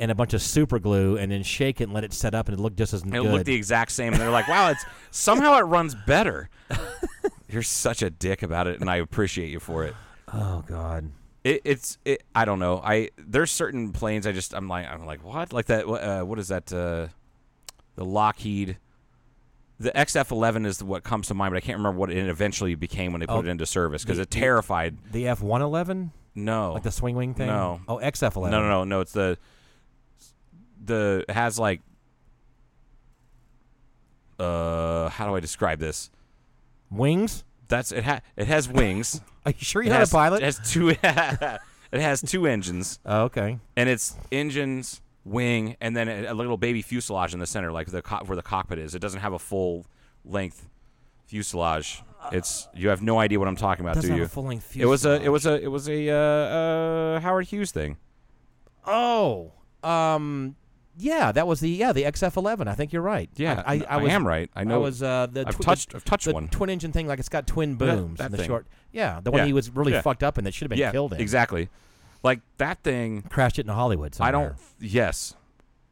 S4: and a bunch of super glue, and then shake it and let it set up, and it look just as
S5: And
S4: good.
S5: it looked e- the exact same. And they're like, wow, it's somehow it runs better. You're such a dick about it, and I appreciate you for it.
S4: oh God!
S5: it it's it, I don't know. I there's certain planes I just I'm like I'm like what like that what, uh, what is that uh, the Lockheed. The XF-11 is what comes to mind, but I can't remember what it eventually became when they put
S4: Oh,
S5: it into service because
S4: the-
S5: it terrified.
S4: The F one eleven,
S5: No,
S4: like the swing wing thing.
S5: No.
S4: Oh, XF
S5: no,
S4: eleven.
S5: no, no, no. It's the the it has like uh how do I describe this?
S4: Wings?
S5: That's it. Ha- it has wings.
S4: Are you sure
S5: it
S4: you're not
S5: has,
S4: a pilot?
S5: It has two. it has two engines.
S4: oh, okay.
S5: and it's engines, wing, and then a, a little baby fuselage in the center, like the co- where the cockpit is. It doesn't have a full length fuselage. It's you have no idea what I'm talking about,
S4: Doesn't
S5: do
S4: have
S5: you?
S4: a full-length
S5: It was a it was a it was a uh, uh, Howard Hughes thing.
S4: Oh, um, yeah, that was the yeah the XF eleven. I think you're right.
S5: Yeah,
S4: I, I,
S5: n- I
S4: was,
S5: am right. I know-
S4: was uh, the
S5: I've
S4: twi-
S5: touched-
S4: the,
S5: I've touched
S4: the
S5: one.
S4: twin engine thing. Like it's got twin
S5: That-
S4: booms
S5: that
S4: and the
S5: thing.
S4: short. Yeah, the one
S5: Yeah,
S4: he was really
S5: yeah.
S4: fucked up in that should have been
S5: yeah,
S4: killed in.
S5: exactly. Like that thing.
S4: Crashed it in Hollywood. Somewhere.
S5: I don't. Yes,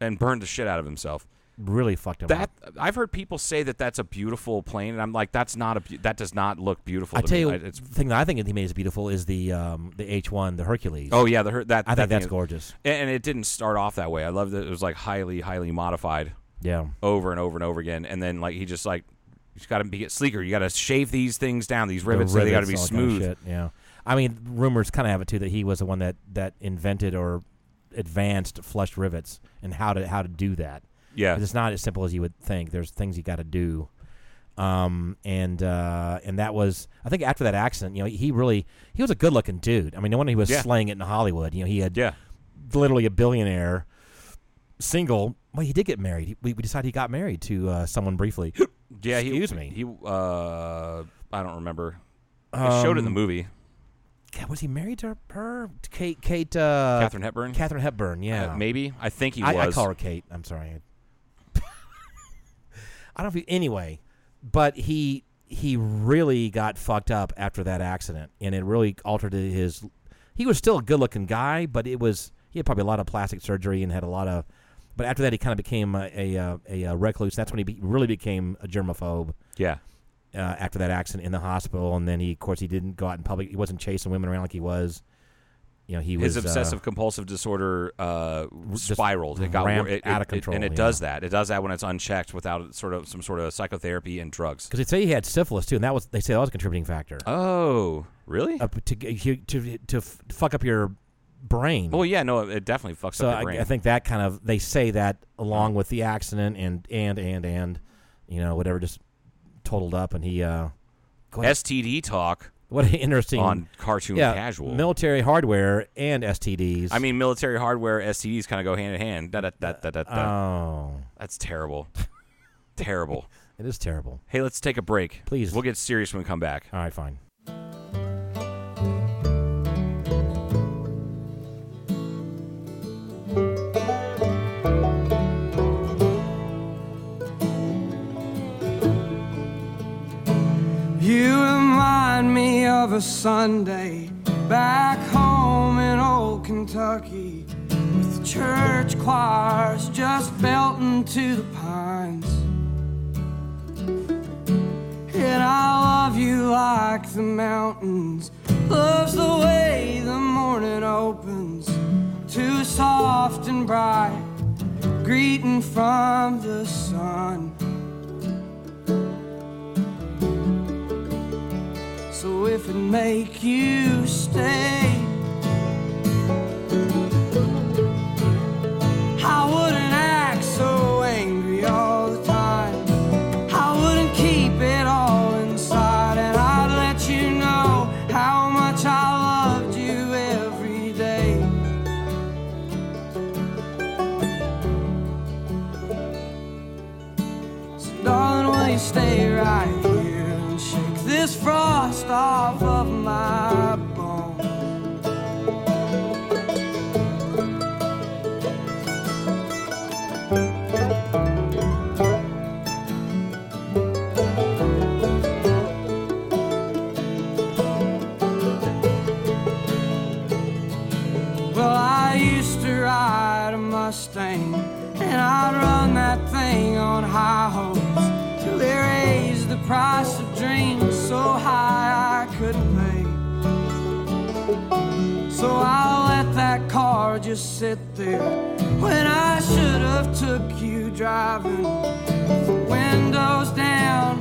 S5: and burned the shit out of himself.
S4: really fucked him up.
S5: That I've heard people say that that's a beautiful plane, and I'm like, that's not a beau- that does not look beautiful.
S4: I
S5: to
S4: tell
S5: me.
S4: you,
S5: I-
S4: the
S5: it's
S4: thing that I think he made is beautiful is the um, the H one, the Hercules.
S5: oh yeah, the her- that
S4: I
S5: that
S4: think that's
S5: thing is-
S4: gorgeous.
S5: And, and it didn't start off that way. I love that it was like highly, highly modified
S4: Yeah,
S5: over and over and over again. And then like he just like you just got to be get sleeker. You got to shave these things down. These rivets, so they got to be
S4: rivets, all that
S5: smooth.
S4: Kind of shit, yeah, I mean, rumors kind of have it too that he was the one that that invented or advanced flush rivets and how to how to do that.
S5: yeah,
S4: 'Cause It's not as simple as you would think. There's things you got to do. Um and uh and that was I think after that accident you know he really he was a good looking dude I mean no wonder he was
S5: Yeah.
S4: slaying it in Hollywood you know he had
S5: yeah.
S4: literally a billionaire, single. Well, he did get married. He- We, we decided he got married to uh, someone briefly.
S5: Yeah, he-
S4: Excuse me.
S5: He, uh, I don't remember. It showed in
S4: Um,
S5: the movie.
S4: God, was he married to her? To Kate, Kate, uh,
S5: Catherine Hepburn.
S4: Catherine Hepburn.
S5: Uh,
S4: Yeah,
S5: maybe. I think he
S4: I, I
S5: was.
S4: call her Kate. I'm sorry. I don't know if he, anyway, but he he really got fucked up after that accident, and it really altered his. He was still a good looking guy, but it was he had probably a lot of plastic surgery and had a lot of. But after that, he kind of became a a, uh, a, a recluse. That's when he be, really became a germaphobe
S5: Yeah.
S4: uh, after that accident in the hospital, and then he, of course, he didn't go out in public. He wasn't chasing women around like he was. You know, he
S5: His
S4: was uh,
S5: obsessive compulsive disorder uh, spiraled. It got wor-
S4: ramped
S5: it,
S4: out of
S5: it- it-
S4: control,
S5: and it
S4: yeah.
S5: does that. It does that when it's unchecked without sort of some sort of psychotherapy and drugs.
S4: Because they say he had syphilis too, and that was they say that was a contributing factor
S5: Oh, really?
S4: uh, to, to to to f- fuck up your brain.
S5: well, yeah, no, it definitely fucks
S4: so
S5: up your
S4: I,
S5: brain.
S4: I think that kind of they say that along with the accident and and and and you know whatever just totaled up, and he uh, go ahead.
S5: STD talk
S4: what an interesting
S5: on Cartoon
S4: yeah,
S5: Casual.
S4: military hardware and STDs.
S5: I mean, military hardware STDs kind of go hand in hand. Da, da, da, da, da, da.
S4: oh,
S5: That's terrible. terrible.
S4: it is terrible.
S5: Hey, let's take a break.
S4: Please.
S5: We'll get serious when we come back.
S4: All right, fine.
S6: You remind me of a Sunday back home in old Kentucky with the church choirs just belting to the pines. And I love you like the mountains loves the way the morning opens to a soft and bright greeting from the sun. So if it make you stay, I wouldn't act so angry all the time. I wouldn't keep it all inside, and I'd let you know how much I loved you every day. So darling, will you stay right here and shake this frost off of my bones? Well, I used to ride a Mustang, and I'd run that thing on high hopes till they raised the price of dreams so high I couldn't pay. So I let that car just sit there when I should have took you driving, with the windows down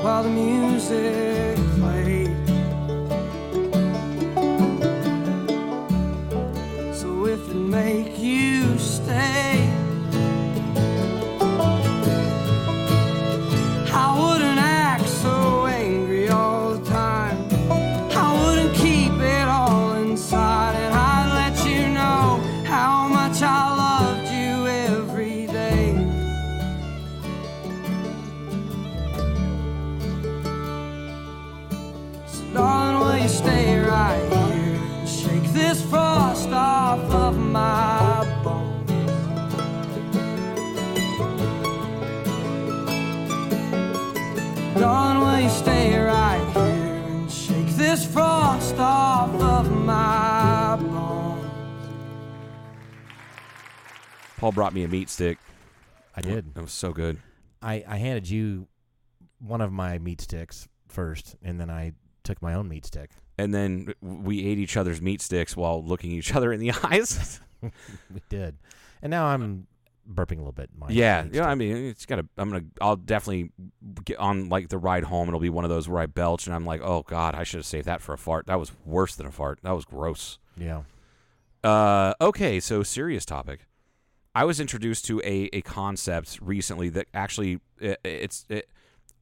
S6: while the music played. So if it make you stay, I wouldn't act so angry all the time. I wouldn't keep it all inside, and I'd let you know how much I loved you every day. So darling, will you stay right here and shake this frost off of my bones? Darling, will you stay right here and shake this frost off of my bones?
S5: Paul brought me a meat stick.
S4: I did.
S5: It was so good.
S4: I, I handed you one of my meat sticks first, and then I took my own meat stick.
S5: And then we ate each other's meat sticks while looking each other in the eyes.
S4: We did, and now I'm burping a little bit. My
S5: yeah,
S4: meat
S5: yeah. I
S4: stick.
S5: mean, it's gotta. I'm gonna. I'll definitely get on like the ride home. It'll be one of those where I belch and I'm like, oh god, I should have saved that for a fart. That was worse than a fart. That was gross.
S4: yeah.
S5: Uh, okay, so serious topic. I was introduced to a, a concept recently that actually it, it's it,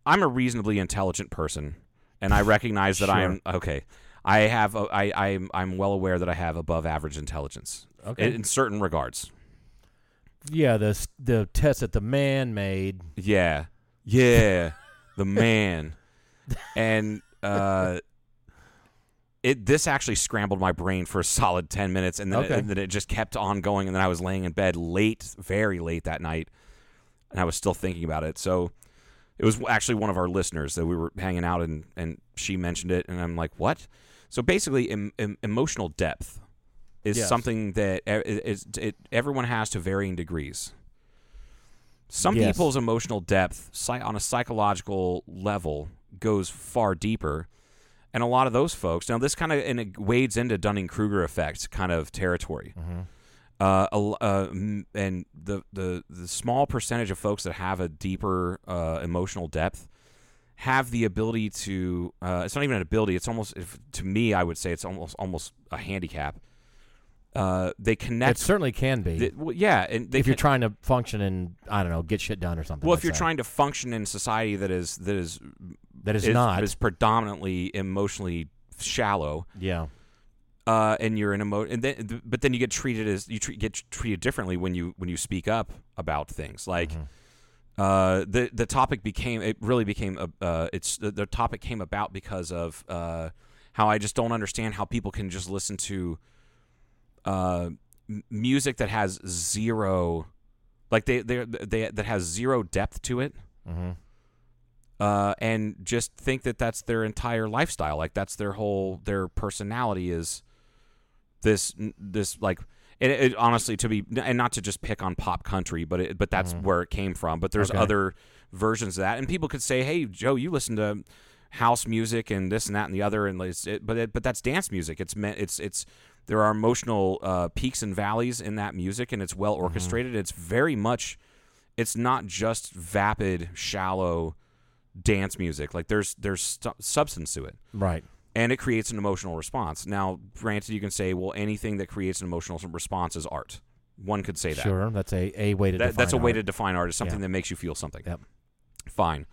S5: I'm a reasonably intelligent person, and I recognize that I am okay. I have a, I I'm I'm well aware that I have above average intelligence
S4: Okay.
S5: in, in certain regards.
S4: Yeah, the s- the test that the man made.
S5: Yeah, yeah, the man, and uh, it this actually scrambled my brain for a solid ten minutes, and then
S4: Okay.
S5: it, and then it just kept on going, and then I was laying in bed late, very late that night, and I was still thinking about it. So It was actually one of our listeners that we were hanging out and and she mentioned it, and I'm like, what? So basically, em, em- emotional depth is
S4: Yes.
S5: something that e- is it, everyone has to varying degrees. Some
S4: Yes.
S5: people's emotional depth psy- on a psychological level goes far deeper. And a lot of those folks, now this kind of and it wades into Dunning Kruger effect kind of territory uh, a l- uh, m- and the, the the small percentage of folks that have a deeper uh, emotional depth have the ability to uh, it's not even an ability it's almost if, to me I would say it's almost almost a handicap uh, they
S4: It
S5: connect
S4: certainly can be.
S5: th- well, yeah and they
S4: if you're
S5: con-
S4: trying to function and I don't know, get shit done or something.
S5: well
S4: let's
S5: if you're
S4: say.
S5: trying to function in society that is that is
S4: that is
S5: is,
S4: not.
S5: is predominantly emotionally shallow
S4: yeah,
S5: uh, and you're an emo and then th- but then you get treated as you treat, get treated differently when you when you speak up about things like uh, the the topic became it really became a uh, it's the, the topic came about because of uh, how I just don't understand how people can just listen to uh, m- music that has zero like they they they that has zero depth to it uh, and just think that that's their entire lifestyle. Like that's their whole their personality is this this like. And it, it- honestly, to be and not to just pick on pop country, but it, but that's where it came from. But there's
S4: Okay.
S5: other versions of that, and people could say, "Hey, Joe, you listen to house music and this and that and the other," and it's, it, but it, but that's dance music. It's meant it's it's there are emotional uh, peaks and valleys in that music, and it's well orchestrated. It's very much it's not just vapid, shallow dance music. Like there's there's stu substance to it,
S4: right.
S5: and it creates an emotional response. Now, granted, you can say, well, anything that creates an emotional response is art. One could say that.
S4: Sure, that's a, a way to.
S5: That- that's a
S4: define
S5: way
S4: art.
S5: to define art is something
S4: Yeah.
S5: that makes you feel something.
S4: Yep.
S5: Fine.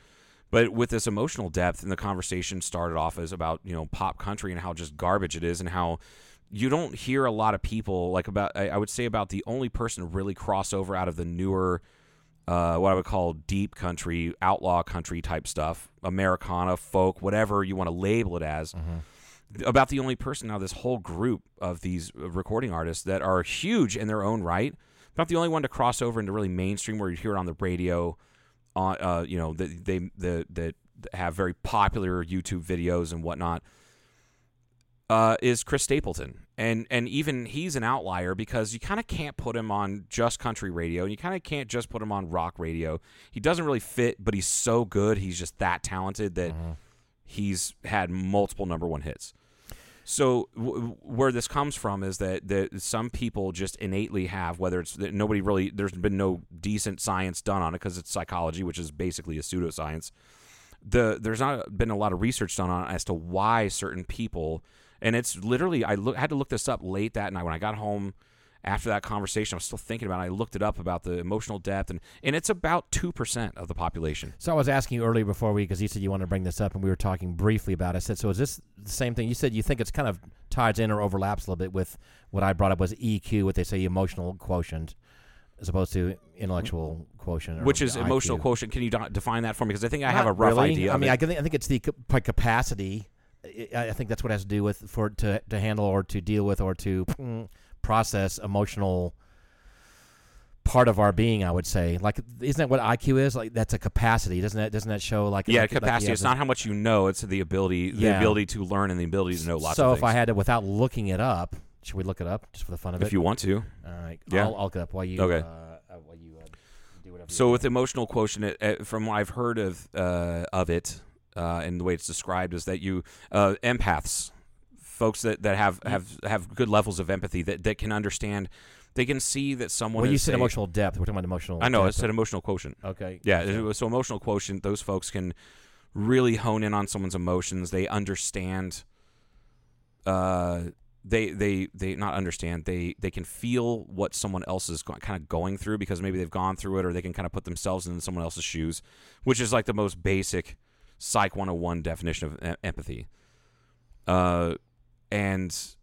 S5: But with this emotional depth, and the conversation started off as about you know pop country and how just garbage it is, and how you don't hear a lot of people like about. I, I would say about the only person to really cross over out of the newer, uh, what I would call deep country, outlaw country type stuff, Americana, folk, whatever you want to label it
S4: Mm-hmm.
S5: as. About the only person out of this whole group of these uh, recording artists that are huge in their own right, about the only one to cross over into really mainstream where you hear it on the radio, on uh, you know that they the that have very popular YouTube videos and whatnot uh, is Chris Stapleton, and and even he's an outlier because you kind of can't put him on just country radio, and you kind of can't just put him on rock radio. He doesn't really fit, but he's so good. He's just that talented that he's had multiple number one hits. So w- w- where this comes from is that that some people just innately have whether it's that nobody really there's been no decent science done on it because it's psychology, which is basically a pseudoscience. The there's not been a lot of research done on it as to why certain people, and it's literally I look, had to look this up late that night when I got home after that conversation. I was still thinking about. it. I looked it up about the emotional depth, and and it's about two percent of the population.
S4: So I was asking you earlier before we, because you said you wanted to bring this up, and we were talking briefly about. it. I said, so is this the same thing? You said you think it's kind of ties in or overlaps a little bit with what I brought up was EQ, what they say emotional quotient, as opposed to intellectual quotient, or
S5: Which is emotional
S4: IQ.
S5: quotient. Can you do- define that for me? Because I think I have
S4: Not
S5: a rough
S4: really.
S5: idea.
S4: I
S5: of
S4: mean,
S5: it.
S4: I think I think it's the cap- by capacity. I- I I think that's what it has to do with for it to to handle or to deal with or to mm, process emotional part of our being. I would say, like, isn't that what IQ is? Like, that's a capacity. Doesn't that doesn't that show like
S5: Yeah,
S4: like- like,
S5: capacity.
S4: yeah,
S5: it's not how much you know; it's the ability, the
S4: Yeah.
S5: ability to learn, and the ability to know lots.
S4: so
S5: of
S4: if I
S5: things.
S4: had to, without looking it up, should we look it up just for the fun of it?
S5: if you want to,
S4: All right.
S5: Yeah.
S4: I'll, I'll look it up while you. Uh,
S5: Okay.
S4: uh, while you uh, do whatever.
S5: so
S4: you
S5: with emotional quotient, it, uh, from what I've heard of uh, of it, uh, and the way it's described is that you uh, empaths, folks that, that have, have have good levels of empathy that, that can understand, they can see that someone.
S4: well, you
S5: is,
S4: said
S5: say-
S4: emotional depth. We're talking about emotional.
S5: I know. I
S4: depth.
S5: said emotional quotient.
S4: Okay.
S5: Yeah, it was- so emotional quotient, those folks can really hone in on someone's emotions. They understand uh they they they not understand. They they can feel what someone else is go- kind of going through because maybe they've gone through it or they can kind of put themselves in someone else's shoes, which is like the most basic psych 101 definition of em- empathy. Uh and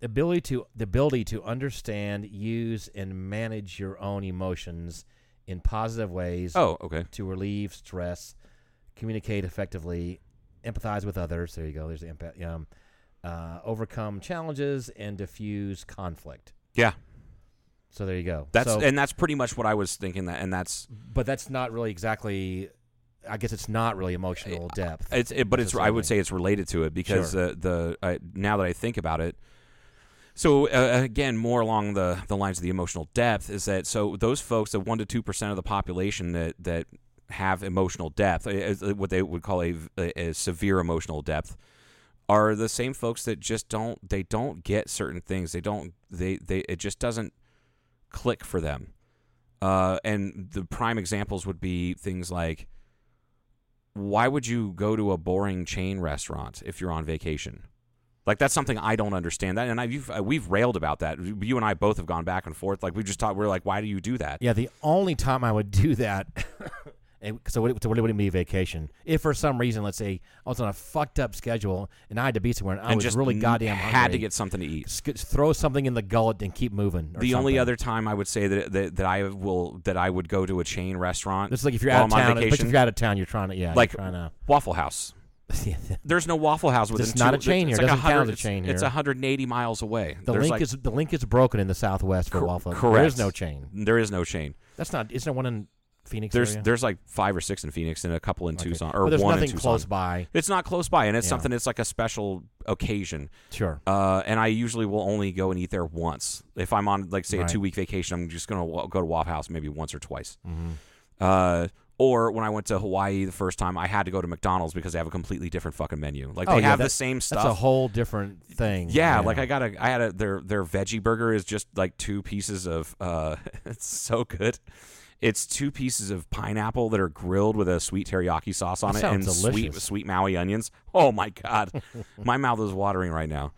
S4: ability to the ability to understand, use, and manage your own emotions in positive ways
S5: oh, okay.
S4: to relieve stress, communicate effectively, empathize with others. There you go. There's the empath. Um, uh, overcome challenges and diffuse conflict.
S5: Yeah.
S4: So there you go.
S5: That's
S4: So-
S5: and that's pretty much what I was thinking that and that's
S4: but that's not really exactly I guess it's not really emotional
S5: Eh,
S4: depth.
S5: It's it, but it's I would say it's related to it because
S4: Sure.
S5: uh, the I, now that I think about it. So uh, again, more along the, the lines of the emotional depth is that so those folks, the one to two percent of the population that that have emotional depth, uh, is what they would call a, a severe emotional depth, are the same folks that just don't they don't get certain things. They don't they they it just doesn't click for them. Uh, and the prime examples would be things like why would you go to a boring chain restaurant if you're on vacation? Like that's something I don't understand. That and I you've, uh, we've railed about that. You and I both have gone back and forth. Like we just talked. We're like, why do you do that?
S4: Yeah, the only time I would do that, and- so what, so what would it be vacation? If for some reason, let's say I was on a fucked up schedule and I had to be somewhere and I
S5: and
S4: was
S5: just
S4: really
S5: n-
S4: goddamn
S5: had to
S4: hungry,
S5: get something to eat.
S4: sk- throw something in the gullet and keep moving. or
S5: The only
S4: something.
S5: other time I would say that, that that I will that I would go to a chain restaurant.
S4: It's like if you're
S5: while
S4: out of
S5: I'm on
S4: town,
S5: vacation,
S4: if you're out of town, you're trying to yeah,
S5: like
S4: you're trying to.
S5: Waffle House. There's no Waffle House within.
S4: not
S5: two-
S4: a chain
S5: it's
S4: here.
S5: Like
S4: Doesn't count
S5: 100
S4: as a chain
S5: It's, it's
S4: here.
S5: 180 miles away.
S4: The
S5: There's
S4: link
S5: like-
S4: is the link is broken in the Southwest for Waffle. House.
S5: correct.
S4: There is no chain.
S5: There is no chain.
S4: That's not. Isn't there one in Phoenix?
S5: There's
S4: area?
S5: there's like five or six in Phoenix and a couple in Tucson or
S4: But there's
S5: one in
S4: nothing
S5: Tucson.
S4: close by.
S5: It's not close by, and
S4: Yeah.
S5: it's something that's like a special occasion.
S4: Sure.
S5: Uh, and I usually will only go and eat there once. If I'm on, like, say, a
S4: Right.
S5: two week vacation, I'm just going to w- go to Waffle House maybe once or twice.
S4: Mm-hmm.
S5: Uh, or when I went to Hawaii the first time, I had to go to McDonald's because they have a completely different fucking menu. Like, they
S4: oh, yeah,
S5: have
S4: that-
S5: the same stuff.
S4: That's a whole different thing.
S5: Yeah, like I got a, I had a their their veggie burger is just like two pieces of, uh, it's so good. It's two pieces of pineapple that are grilled with a sweet teriyaki sauce on
S4: That
S5: it and
S4: sounds
S5: sweet
S4: delicious.
S5: sweet Maui onions. Oh my god, my mouth is watering right now.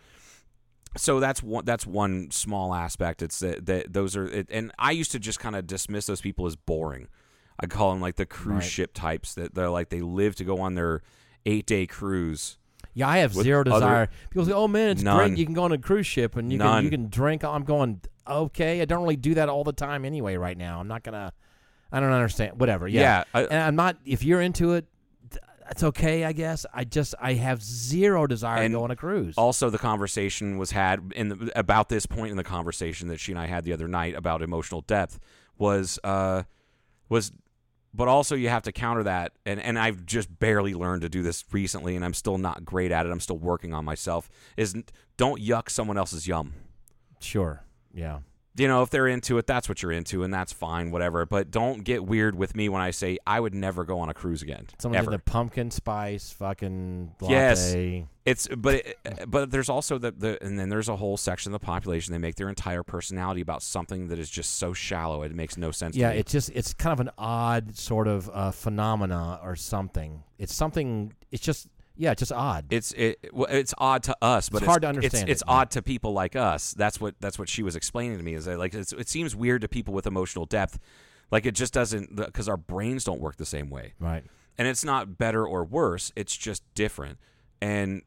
S5: So that's one that's one small aspect. It's that, that those are it, and I used to just kind of dismiss those people as boring. I call them like the cruise ship types that they're like they live to go on their eight day cruise.
S4: Yeah, I have
S5: With
S4: zero
S5: other-
S4: desire. People say, "Oh man, it's
S5: None.
S4: great. You can go on a cruise ship and you
S5: None.
S4: can you can drink." I'm going, "Okay, I don't really do that all the time anyway right now. I'm not going to I don't understand. Whatever. Yeah.
S5: Yeah, I-
S4: and I'm not if you're into it, th- that's okay, I guess. I just I have zero desire to
S5: And
S4: go on a cruise.
S5: Also, the conversation was had in the, about this point in the conversation that she and I had the other night about emotional depth was uh, was, but also you have to counter that, and and I've just barely learned to do this recently, and I'm still not great at it. I'm still working on myself. Is n- don't yuck someone else's yum.
S4: sure. Yeah.
S5: You know, if they're into it, that's what you're into, and that's fine, whatever. But don't get weird with me when I say I would never go on a cruise again.
S4: Someone did
S5: ever.
S4: the pumpkin spice fucking latte.
S5: Yes. It's but it, but there's also the, the and then there's a whole section of the population they make their entire personality about something that is just so shallow it makes no sense.
S4: Yeah,
S5: to me.
S4: it's just it's kind of an odd sort of uh, phenomena or something. It's something. It's just yeah, it's just odd.
S5: it's it, well, it's odd to us, but
S4: It's hard to understand
S5: It's,
S4: it, yeah.
S5: odd to people like us. That's what that's what she was explaining to me is that like it's, it seems weird to people with emotional depth, like it just doesn't because our brains don't work the same way.
S4: right.
S5: and it's not better or worse it's just different and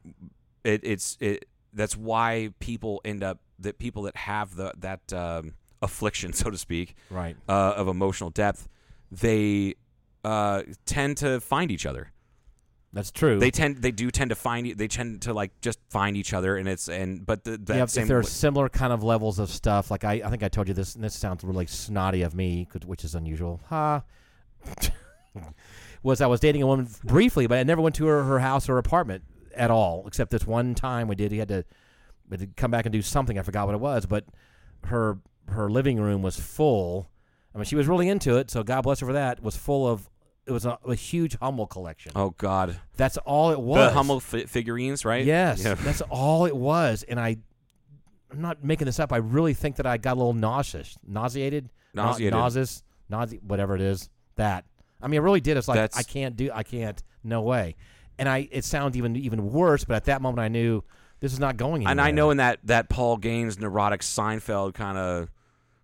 S5: it, it's it that's why people end up that people that have the that um, affliction so to speak
S4: Right.
S5: uh, of emotional depth they uh, tend to find each other
S4: That's true.
S5: they tend they do tend to find e- they tend to like just find each other and it's and but the, that
S4: yeah,
S5: same
S4: if there are similar kind of levels of stuff, like I, I think I told you this, and this sounds really snotty of me, 'cause- which is unusual. Ha. was I was dating a woman briefly, but I never went to her, her house or apartment at all, except this one time we did. We had to, we had to come back and do something. I forgot what it was, but her her living room was full. I mean, she was really into it, so God bless her for that. Was full of it was a, a huge Hummel collection.
S5: oh god
S4: That's all it was.
S5: the Hummel fi- figurines right
S4: Yes,
S5: Yeah.
S4: that's all it was, and I, I'm not making this up. I really think that I got a little nauseous, nauseated, Na-
S5: Nauseated.
S4: nauseous, nause, whatever it is. That I mean, I really did. It's like
S5: That's-
S4: I can't do. I can't. No way. And I, it sounds even even worse. But at that moment, I knew this is not going.
S5: And
S4: anywhere.
S5: I know in that that Paul Gaines neurotic Seinfeld kind of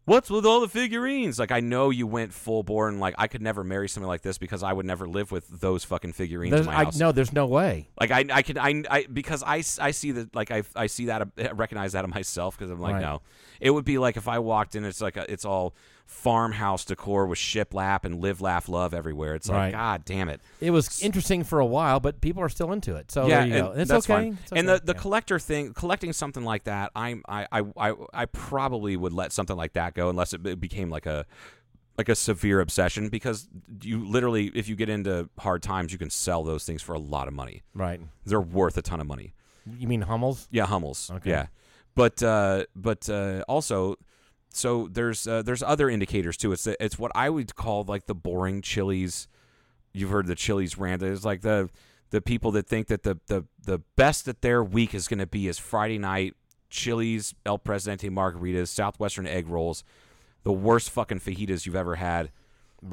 S5: what's with all the figurines? Like I know you went full bore and like I could never marry somebody like this because I would never live with those fucking figurines
S4: There's,
S5: in my
S4: I
S5: house.
S4: no, there's no way.
S5: Like I I could I, I because I, s- I see that like I I see that I recognize that of myself because I'm like
S4: Right.
S5: no. It would be like if I walked in it's like a, it's all farmhouse decor with shiplap and live laugh love everywhere. It's like
S4: Right.
S5: god damn it.
S4: It was interesting for a while, but people are still into it. So Oh, there you go.
S5: and
S4: It's
S5: that's
S4: okay.
S5: fine.
S4: It's
S5: And
S4: okay.
S5: the, the
S4: Yeah.
S5: collector thing, collecting something like that, I'm I, I I I probably would let something like that go unless it be- became like a like a severe obsession because you literally, if you get into hard times, you can sell those things for a lot of money.
S4: Right.
S5: They're worth a ton of money.
S4: You mean Hummels?
S5: Yeah, Hummels. Okay. Yeah, but uh, but uh, also, so there's uh, there's other indicators too. It's the, it's what I would call like the boring Chili's. You've heard the Chili's rant. It's like the the people that think that the the the best that their week is going to be is Friday night Chili's, El Presidente margaritas, Southwestern egg rolls, the worst fucking fajitas you've ever had,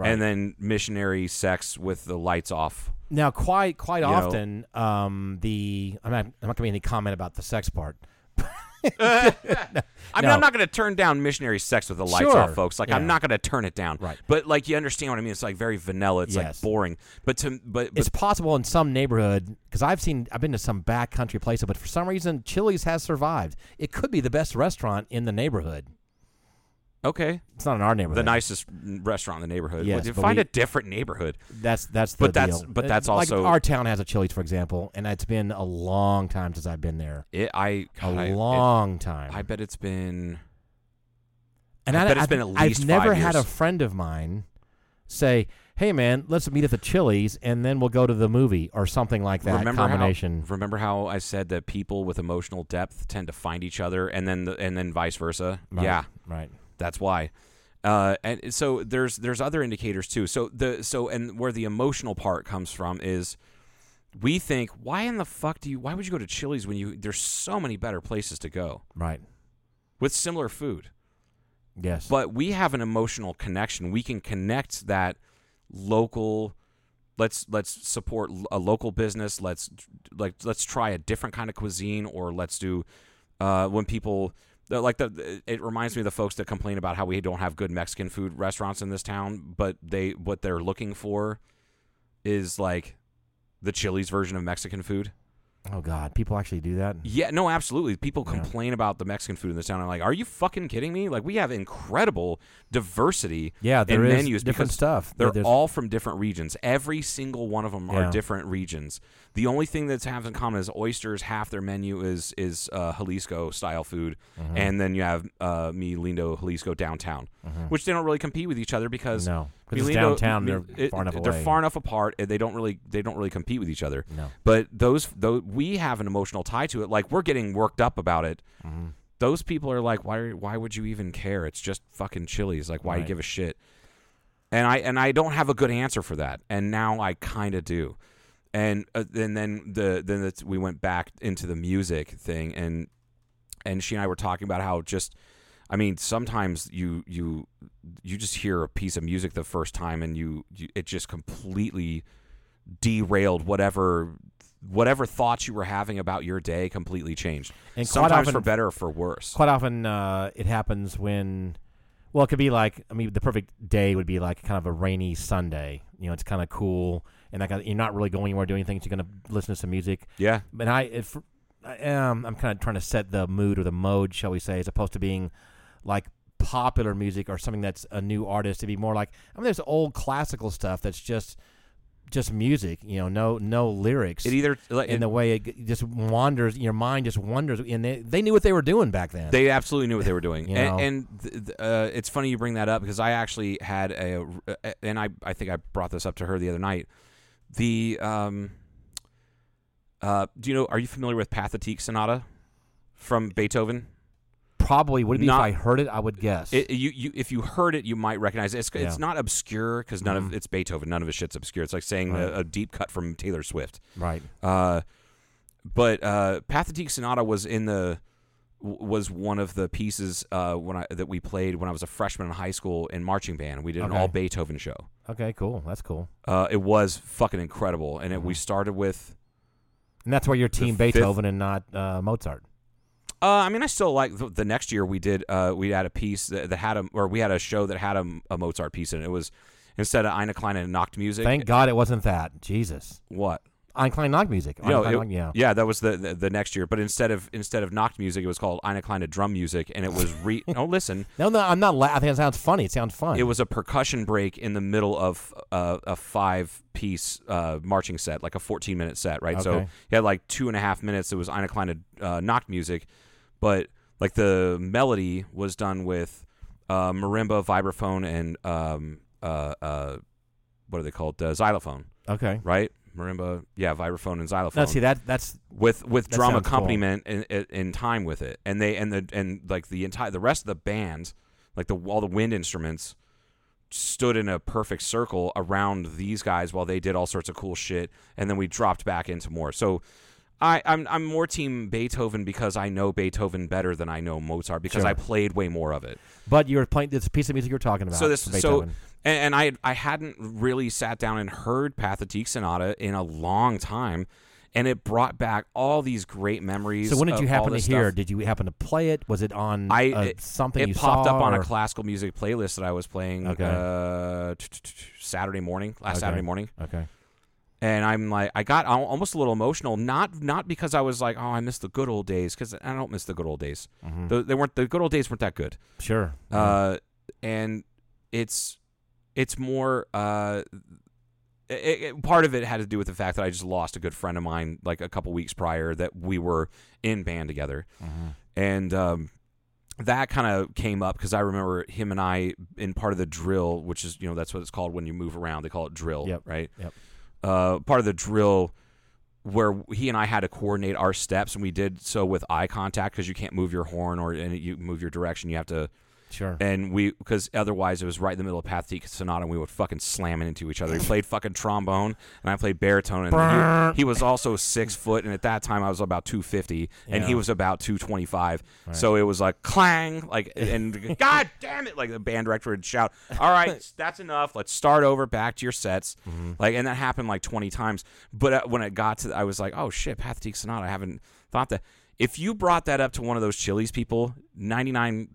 S5: and then missionary sex with the lights off.
S4: Now, quite quite
S5: know-
S4: often, um, the I'm not I'm not gonna make any comment about the sex part.
S5: I mean,
S4: No.
S5: I'm not going to turn down missionary sex with the lights
S4: Sure.
S5: off, folks. Like,
S4: Yeah.
S5: I'm not going to turn it down.
S4: Right.
S5: But like, you understand what I mean? It's like very vanilla. It's
S4: Yes.
S5: like boring. But to but, but
S4: it's possible in some neighborhood because I've seen I've been to some backcountry places, but for some reason Chili's has survived. It could be the best restaurant in the neighborhood.
S5: okay,
S4: It's not in our
S5: the
S4: neighborhood.
S5: nicest restaurant in the neighborhood.
S4: Yes,
S5: Well,
S4: but
S5: find
S4: we-
S5: a different neighborhood.
S4: That's that's the
S5: But that's-
S4: deal.
S5: but
S4: Uh,
S5: that's
S4: like,
S5: also-
S4: our town has a Chili's, for example, and it's been a long time since I've been there.
S5: It, I
S4: A
S5: God, I- it-
S4: long time.
S5: I bet it's been.
S4: and
S5: I bet it's
S4: I've-
S5: been at least
S4: I've
S5: five
S4: never had a
S5: years.
S4: friend of mine say, "Hey man, let's meet at the Chili's and then we'll go to the movie or something like that."
S5: remember
S4: combination.
S5: how? Remember how I said that people with emotional depth tend to find each other, and then the, and then vice versa.
S4: Right,
S5: Yeah,
S4: Right.
S5: That's why. Uh, and so there's there's other indicators too. So the so and where the emotional part comes from is we think why in the fuck do you why would you go to Chili's when you there's so many better places to go
S4: Right.
S5: with similar food.
S4: Yes.
S5: But we have an emotional connection. We can connect that local let's let's support l- a local business. Let's like let's try a different kind of cuisine or let's do uh, when people the- like the it reminds me of the folks that complain about how we don't have good Mexican food restaurants in this town, but they what they're looking for is like the Chili's version of Mexican food.
S4: oh God, people actually do that.
S5: Yeah, no, absolutely. People complain about the Mexican food in this town. I'm like, are you fucking kidding me? Like, we have incredible diversity.
S4: Yeah, there
S5: in
S4: is
S5: menus
S4: different
S5: because
S4: stuff.
S5: They're
S4: There's-
S5: all from different regions. Every single one of them
S4: Yeah.
S5: are different regions. The only thing that's have in common is oysters. Half their menu is is uh, Jalisco style food,
S4: Mm-hmm.
S5: and then you have uh, Mi Lindo Jalisco downtown,
S4: Mm-hmm.
S5: which they don't really compete with each other because
S4: No, 'cause
S5: Mi
S4: it's
S5: Lindo-
S4: downtown,
S5: Mi-
S4: they're far enough
S5: They're
S4: away.
S5: far enough apart, and they don't really they don't really compete with each other.
S4: No.
S5: But those though we have an emotional tie to it. Like we're getting worked up about it.
S4: Mm-hmm.
S5: Those people are like, why? are- Why would you even care? It's just fucking Chili's. Like, why do
S4: Right.
S5: you give a shit? And I and I don't have a good answer for that. And now I kind of do. And uh, and then the then it's we went back into the music thing, and and she and I were talking about how just, I mean, sometimes you you you just hear a piece of music the first time, and you, you it just completely derailed whatever whatever thoughts you were having about your day completely changed.
S4: And quite
S5: sometimes
S4: often-
S5: for better or for worse.
S4: Quite often, uh, it happens when, well, it could be like, I mean, the perfect day would be like kind of a rainy Sunday. You know, it's kind of cool, and that kind of, you're not really going anywhere, doing things. You're gonna listen to some music.
S5: yeah.
S4: But I, if, I am, I'm kind of trying to set the mood or the mode, shall we say, as opposed to being like popular music or something that's a new artist. To be more like, I mean, there's old classical stuff that's just, just music. You know, no, no lyrics.
S5: It either like,
S4: and the way it g- just wanders, your mind just wanders. And they, they knew what they were doing back then.
S5: They absolutely knew what they were doing.
S4: You know?
S5: and and th- th- uh, it's funny you bring that up because I actually had a, and I, I think I brought this up to her the other night. The, um, uh, do you know, are you familiar with Pathetique Sonata from Beethoven?
S4: probably would it be
S5: Not-
S4: if I heard it, I would guess.
S5: It, you, you, if you heard it, you might recognize it. It's,
S4: Yeah. Mm-hmm.
S5: it's not obscure because none of it's Beethoven. None of his shit's obscure. It's like saying
S4: Right.
S5: a, a deep cut from Taylor Swift.
S4: right.
S5: Uh, but uh, Pathetique Sonata was in the w- was one of the pieces uh, when I that we played when I was a freshman in high school in marching band. We did an
S4: Okay.
S5: all Beethoven show.
S4: Okay, cool. That's cool.
S5: Uh, it was fucking incredible, and it,
S4: Mm-hmm.
S5: we started with.
S4: And that's why you're Team
S5: fifth-
S4: Beethoven and not uh, Mozart.
S5: Uh, I mean, I still like the, the next year we did. Uh, we had a piece that, that had a or we had a show that had a, a Mozart piece in it. It was instead of Ina Klein and Noct music.
S4: Thank God it wasn't that. Jesus.
S5: what?
S4: Einstein Knock music.
S5: No,
S4: Einstein
S5: it-
S4: Knock- yeah.
S5: that was the, the the next year. But instead of instead of Noct music, it was called Ina Klein and drum music, and it was re. oh, listen,
S4: No, no, I'm not laughing. It sounds funny. It sounds fun.
S5: it was a percussion break in the middle of uh, a five piece uh, marching set, like a 14 minute set, right? So
S4: Okay.
S5: you had like two and a half minutes. It was Ina Klein uh, Nacht music, but like the melody was done with uh, marimba, vibraphone, and um, uh, uh, what are they called? Uh, xylophone,
S4: Okay.
S5: right? Marimba, yeah, vibraphone and xylophone.
S4: Now, see that that's
S5: with with
S4: That
S5: drum
S4: sounds cool.
S5: accompaniment in, in, in time with it, and they and the and like the entire the rest of the band, like the all the wind instruments, stood in a perfect circle around these guys while they did all sorts of cool shit, and then we dropped back into more. So. I, I'm I'm more team Beethoven because I know Beethoven better than I know Mozart because
S4: Sure.
S5: I played way more of it.
S4: but you're playing this piece of music you're talking about.
S5: So this so
S4: Beethoven.
S5: and, and I I hadn't really sat down and heard Pathetique Sonata in a long time, and it brought back all these great memories.
S4: So when did
S5: of
S4: you
S5: all
S4: happen to
S5: this
S4: hear?
S5: stuff.
S4: Did you happen to play it? Was it on
S5: I
S4: uh,
S5: it-
S4: something
S5: It
S4: you
S5: popped
S4: saw,
S5: up on a
S4: or-
S5: classical music playlist that I was playing
S4: Okay.
S5: uh, t- t- t- Saturday morning, last
S4: Okay.
S5: Saturday morning,
S4: Okay.
S5: and I'm like, I got al- almost a little emotional. Not not because I was like, oh, I miss the good old days, because I don't miss the good old days.
S4: Mm-hmm.
S5: Tho- they weren't the good old days weren't that good.
S4: Sure.
S5: Uh, and it's it's more uh, it, it, part of it had to do with the fact that I just lost a good friend of mine like a couple weeks prior that we were in band together,
S4: Mm-hmm.
S5: and um, that kind of came up because I remember him and I in part of the drill, which is you know that's what it's called when you move around. They call it drill,
S4: Yep.
S5: right?
S4: Yep.
S5: Uh, part of the drill where he and I had to coordinate our steps, and we did so with eye contact because you can't move your horn or and you move your direction. You have to
S4: sure.
S5: and we because otherwise it was right in the middle of Pathetique Sonata, and we would fucking slam it into each other. He played fucking trombone, and I played baritone, and he, he was also six foot, and at that time I was about two fifty, and he
S4: Yeah.
S5: was about two twenty five. So it was like clang, like and god damn it, like the band director would shout, "All right, that's enough. Let's start over, back to your sets."
S4: Mm-hmm.
S5: Like, and that happened like twenty times. But uh, when it got to, I was like, "Oh shit, Pathetique Sonata." I haven't thought that. If you brought that up to one of those Chili's people, ninety nine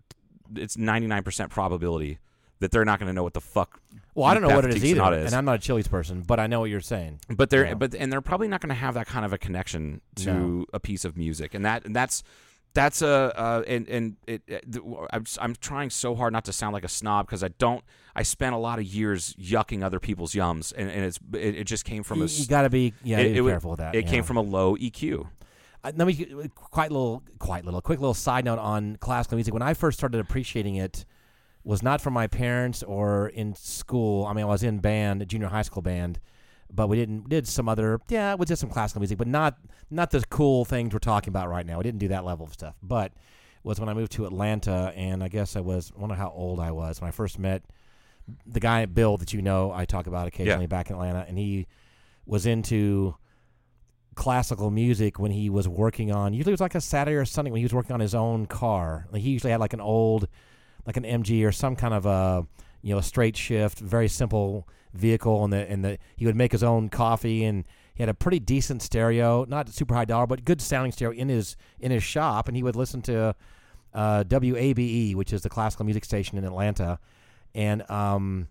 S5: it's 99% probability that they're not going to know what the fuck.
S4: Well, I don't know what it
S5: Pathetique
S4: is either,
S5: Sonata
S4: and I'm not a Chili's person, but I know what you're saying.
S5: but they're but and they're probably not going to have that kind of a connection to
S4: No.
S5: a piece of music, and that and that's that's a uh, and and it, it th- I'm s- I'm trying so hard not to sound like a snob because I don't I spent a lot of years yucking other people's yums, and, and it's it, it just came from a
S4: You,
S5: s-
S4: got to be yeah, you
S5: it,
S4: gotta
S5: it
S4: be
S5: wa-
S4: careful with that.
S5: It
S4: yeah.
S5: came from a low E EQ.
S4: Uh, let me quite little, quite little, quick little side note on classical music. When I first started appreciating it, was not from my parents or in school. I mean, I was in band, junior high school band, but we didn't did some other yeah, we did some classical music, but not not the cool things we're talking about right now. We didn't do that level of stuff. But was when I moved to Atlanta, and I guess I was I wonder how old I was when I first met the guy Bill that you know I talk about occasionally back in Atlanta, and he was into classical music when he was working on usually it was like a Saturday or Sunday when he was working on his own car. Like he usually had like an old like an MG or some kind of a you know a straight shift, very simple vehicle, and the and the he would make his own coffee, and he had a pretty decent stereo, not super high dollar, but good sounding stereo in his in his shop, and he would listen to uh, WABE, which is the classical music station in Atlanta, and um.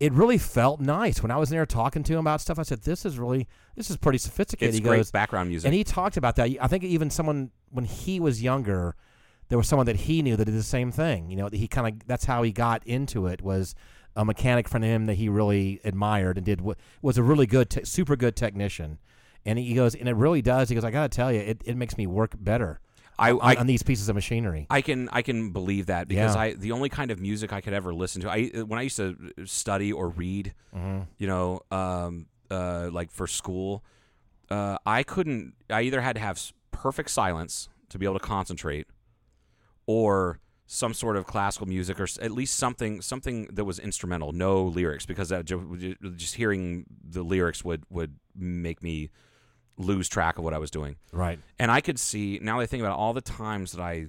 S4: It really felt nice when I was there talking to him about stuff. I said, "This is really, this is pretty sophisticated."
S5: It's
S4: he
S5: great
S4: goes,
S5: background music.
S4: and he talked about that. I think even someone when he was younger, there was someone that he knew that did the same thing. You know, that he kind of that's how he got into it was a mechanic from him that he really admired and did what was a really good, te- super good technician. And he goes, and it really does. He goes, I gotta tell you, it, it makes me work better
S5: I,
S4: on,
S5: I
S4: on these pieces of machinery.
S5: I can I can believe that because
S4: Yeah.
S5: I the only kind of music I could ever listen to I when I used to study or read, you know, um, uh, like for school, uh, I couldn't. I either had to have s- perfect silence to be able to concentrate, or some sort of classical music or s- at least something something that was instrumental, no lyrics, because that ju- ju- just hearing the lyrics would would make me lose track of what I was doing.
S4: right.
S5: And I could see now that I think about it, all the times that I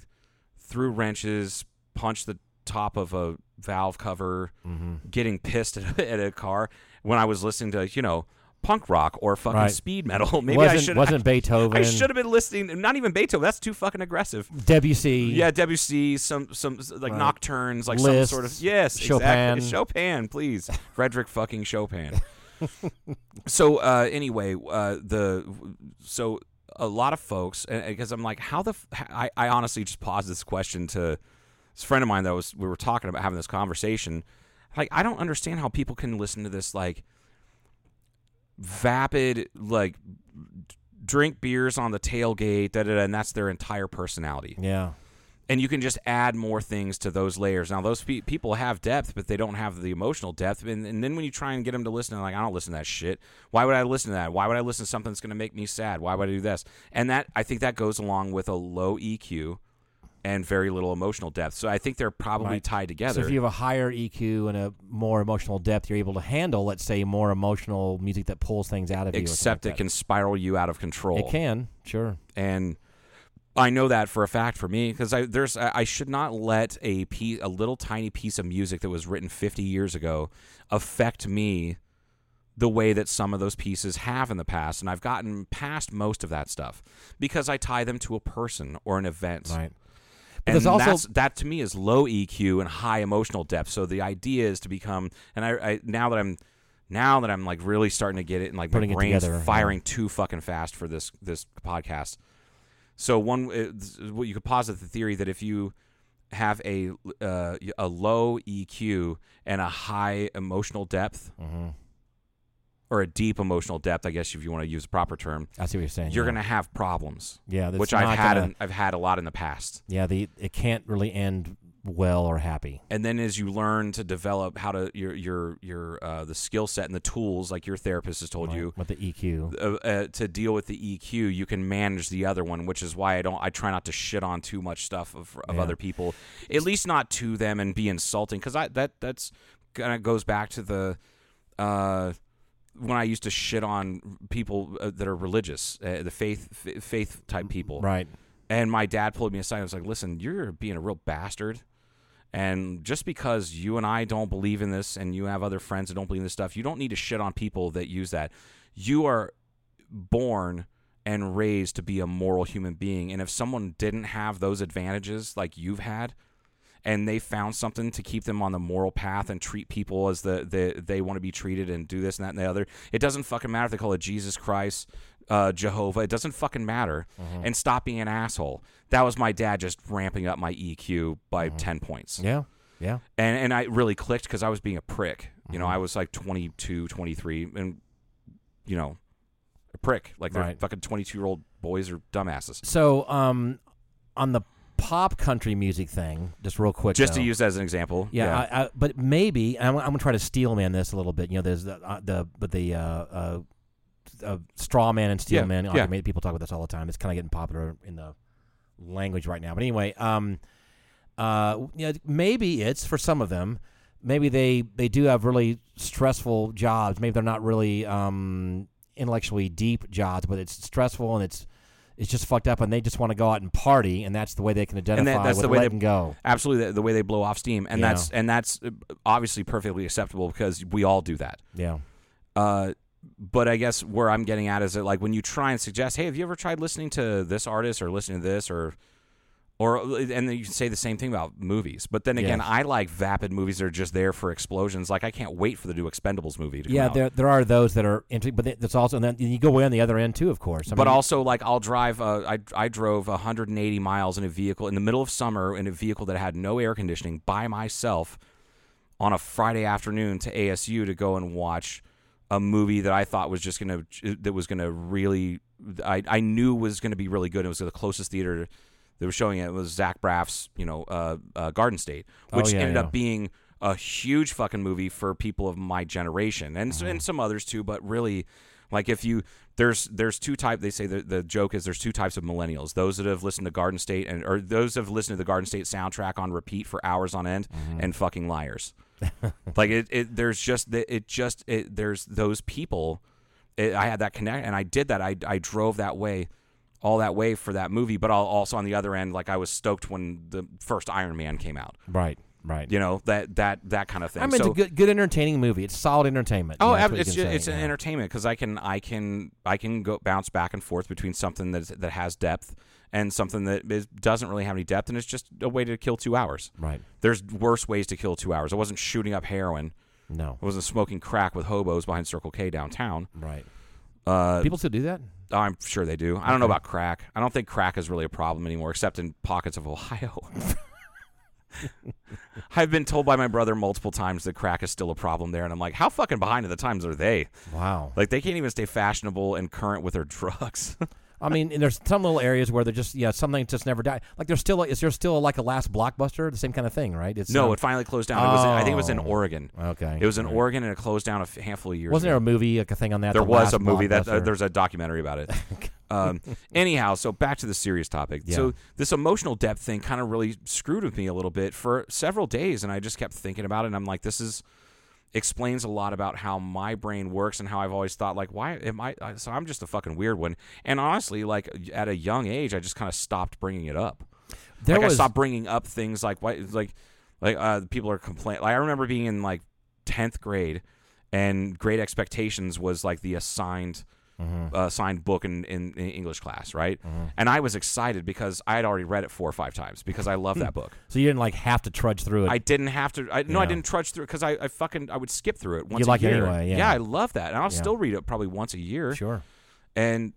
S5: threw wrenches, punched the top of a valve cover,
S4: Mm-hmm.
S5: getting pissed at, at a car when I was listening to you know punk rock or fucking
S4: Right.
S5: speed metal. Maybe I
S4: wasn't
S5: should
S4: wasn't Beethoven.
S5: I should have been listening. Not even Beethoven. That's too fucking aggressive.
S4: Debussy.
S5: Yeah, Debussy, some some like nocturnes, like
S4: Liszt,
S5: some sort of yes,
S4: Chopin.
S5: exactly. Chopin, please, Frederick fucking Chopin. so uh, anyway, uh, the so a lot of folks because I'm like, how the f- I, I honestly just paused this question to this friend of mine that was we were talking about having this conversation. Like, I don't understand how people can listen to this like vapid like drink beers on the tailgate da, da, da, and that's their entire personality
S4: Yeah.
S5: and you can just add more things to those layers. Now those pe- people have depth, but they don't have the emotional depth. And, and then when you try and get them to listen, they're like, I don't listen to that shit. Why would I listen to that? Why would I listen to something that's going to make me sad? Why would I do this? And that I think that goes along with a low EQ and very little emotional depth. So I think they're probably
S4: Right.
S5: tied together.
S4: So if you have a higher EQ and a more emotional depth, you're able to handle, let's say, more emotional music that pulls things out of you. or
S5: except
S4: something
S5: it can spiral you out of control.
S4: like that. It can, sure.
S5: and I know that for a fact for me because I there's I I should not let a piece, a little tiny piece of music that was written 50 years ago affect me the way that some of those pieces have in the past and I've gotten past most of that stuff because I tie them to a person or an event.
S4: Right. But
S5: And
S4: there's also-
S5: that's, that to me is low EQ and high emotional depth. So the idea is to become and I, I now that I'm now that I'm like really starting to get it and like
S4: Putting
S5: my
S4: it
S5: brain's
S4: together, yeah.
S5: firing too fucking fast for this this podcast. So one, it's- well, you could posit the theory that if you have a uh, a low EQ and a high emotional depth,
S4: Mm-hmm.
S5: or a deep emotional depth, I guess if you want to use a proper term,
S4: I see what you're saying.
S5: you're
S4: yeah.
S5: gonna have problems.
S4: Yeah, that's
S5: which
S4: not
S5: I've had
S4: gonna-
S5: in, I've had a lot in the past.
S4: Yeah, the it can't really end well or happy.
S5: And then as you learn to develop how to your your your uh, the skill set and the tools, like your therapist has told
S4: right,
S5: you,
S4: with the E EQ.
S5: uh, uh, to deal with the EQ, you can manage the other one, which is why I don't. I try not to shit on too much stuff of, of
S4: Yeah.
S5: other people, at least not to them, and be insulting because I that that's kind of goes back to the uh, when I used to shit on people uh, that are religious, uh, the faith f- faith type people,
S4: Mm, Right.
S5: and my dad pulled me aside and was like, "Listen, you're being a real bastard." And just because you and I don't believe in this and you have other friends that don't believe in this stuff, you don't need to shit on people that use that. You are born and raised to be a moral human being. And if someone didn't have those advantages like you've had, and they found something to keep them on the moral path and treat people as the, the they want to be treated and do this and that and the other. It doesn't fucking matter if they call it Jesus Christ, uh, Jehovah. It doesn't fucking matter. And stop being an asshole. That was my dad just ramping up my EQ by ten points
S4: Yeah. Yeah.
S5: and and I really clicked because I was being a prick. You know, I
S4: Mm-hmm.
S5: was like 22, 23, and you know, a prick. Like they're
S4: Right.
S5: fucking twenty-two year old boys are dumbasses.
S4: So, um, on the pop country music thing, just real quick,
S5: Just
S4: though.
S5: to use that as an example.
S4: Yeah, I, I, but maybe I'm, I'm gonna try to steel man this a little bit. You know, there's the uh, the but the uh, uh, uh, straw man and steel
S5: Yeah,
S4: man.
S5: yeah.
S4: argument. People talk about this all the time. It's kind of getting popular in the language right now. But anyway, um, uh, you know, maybe it's for some of them. Maybe they they do have really stressful jobs. Maybe they're not really um, intellectually deep jobs, but it's stressful and it's. It's just fucked up, and they just want to go out and party, and that's the way they can identify
S5: and that, that's
S4: with
S5: the way
S4: letting
S5: they
S4: go.
S5: Absolutely, the, the way they blow off steam, and
S4: Yeah.
S5: that's and that's uh, obviously perfectly acceptable because we all do that.
S4: Yeah,
S5: Uh, but I guess where I'm getting at is that like when you try and suggest, hey, have you ever tried listening to this artist or listening to this or or and then you can say the same thing about movies. But then again,
S4: Yes.
S5: I like vapid movies that are just there for explosions. Like I can't wait for the new Expendables movie to come
S4: Yeah,
S5: out.
S4: there there are those that are interesting, but that's also and then you go way on the other end too, of course. I
S5: but
S4: mean,
S5: also like I'll drive. Uh, I I drove 180 miles in a vehicle in the middle of summer in a vehicle that had no air conditioning by myself on a Friday afternoon to ASU to go and watch a movie that I thought was just gonna that was gonna really I I knew was gonna be really good. It was the closest theater that was showing it, it was Zach Braff's you know uh, uh, Garden State, which
S4: Oh, yeah,
S5: ended
S4: yeah.
S5: up being a huge fucking movie for people of my generation and
S4: Mm-hmm.
S5: s and some others too but really like if you there's there's two type they say the, the joke is there's two types of millennials those that have listened to garden state and or those that have listened to the garden state soundtrack on repeat for hours on end
S4: Mm-hmm.
S5: and fucking liars like it, it there's just the- it just it, there's those people it, i had that connect and i did that I, I drove that way all that way for that movie but I'll, also on the other end like i was stoked when the first iron man came out
S4: right, right.
S5: you know that that that kind of thing
S4: I mean, it's
S5: so,
S4: a good, good entertaining movie. It's solid entertainment.
S5: Oh,
S4: That's
S5: ab-
S4: what you
S5: it's
S4: can
S5: ju-
S4: say,
S5: it's an
S4: yeah.
S5: entertainment because I can I can I can go bounce back and forth between something that that has depth and something that is, doesn't really have any depth, and it's just a way to kill two hours.
S4: Right.
S5: There's worse ways to kill two hours. I wasn't shooting up heroin.
S4: No,
S5: I wasn't smoking crack with hobos behind Circle K downtown.
S4: right.
S5: Uh,
S4: People still do that.
S5: I'm sure they do. I don't know about crack. I don't think crack is really a problem anymore, except in pockets of Ohio. I've been told by my brother multiple times that crack is still a problem there, and I'm like, how fucking behind in the times are they?
S4: Wow.
S5: Like they can't even stay fashionable and current with their drugs.
S4: I mean, and there's some little areas where they're just yeah something just never died. Like there's still is there still like a last blockbuster the same kind of thing right? It's
S5: No,
S4: um,
S5: it finally closed down. It was in, I think it was in
S4: Oh.
S5: Oregon.
S4: Okay.
S5: It was in
S4: Right.
S5: Oregon and it closed down a f- handful of years.
S4: wasn't
S5: ago.
S4: there a movie like a thing on that.
S5: There
S4: The
S5: was
S4: Last
S5: a movie that uh,
S4: Blockbuster?
S5: there's a documentary about it. um, anyhow, so back to the serious topic.
S4: Yeah.
S5: So this emotional depth thing kind of really screwed with me a little bit for several days, and I just kept thinking about it. And I'm like, this is explains a lot about how my brain works and how I've always thought like, why am I? I- So I'm just a fucking weird one. And honestly, like at a young age, I just kind of stopped bringing it up.
S4: There
S5: like
S4: was
S5: I stopped bringing up things like why like like uh, people are complaining. Like I remember being in like tenth grade, and Great Expectations was like the assigned
S4: Mm-hmm.
S5: uh, assigned book in, in, in English class, right? And I was excited because I had already read it four or five times because I
S4: Hmm.
S5: love that book.
S4: so you didn't like have to trudge through it.
S5: I didn't have to. I, no, I
S4: Yeah.
S5: didn't trudge through it because I, I fucking I would skip through it once.
S4: like
S5: a
S4: it
S5: year.
S4: anyway, yeah.
S5: I love that, and I'll still read it probably once a year
S4: sure.
S5: and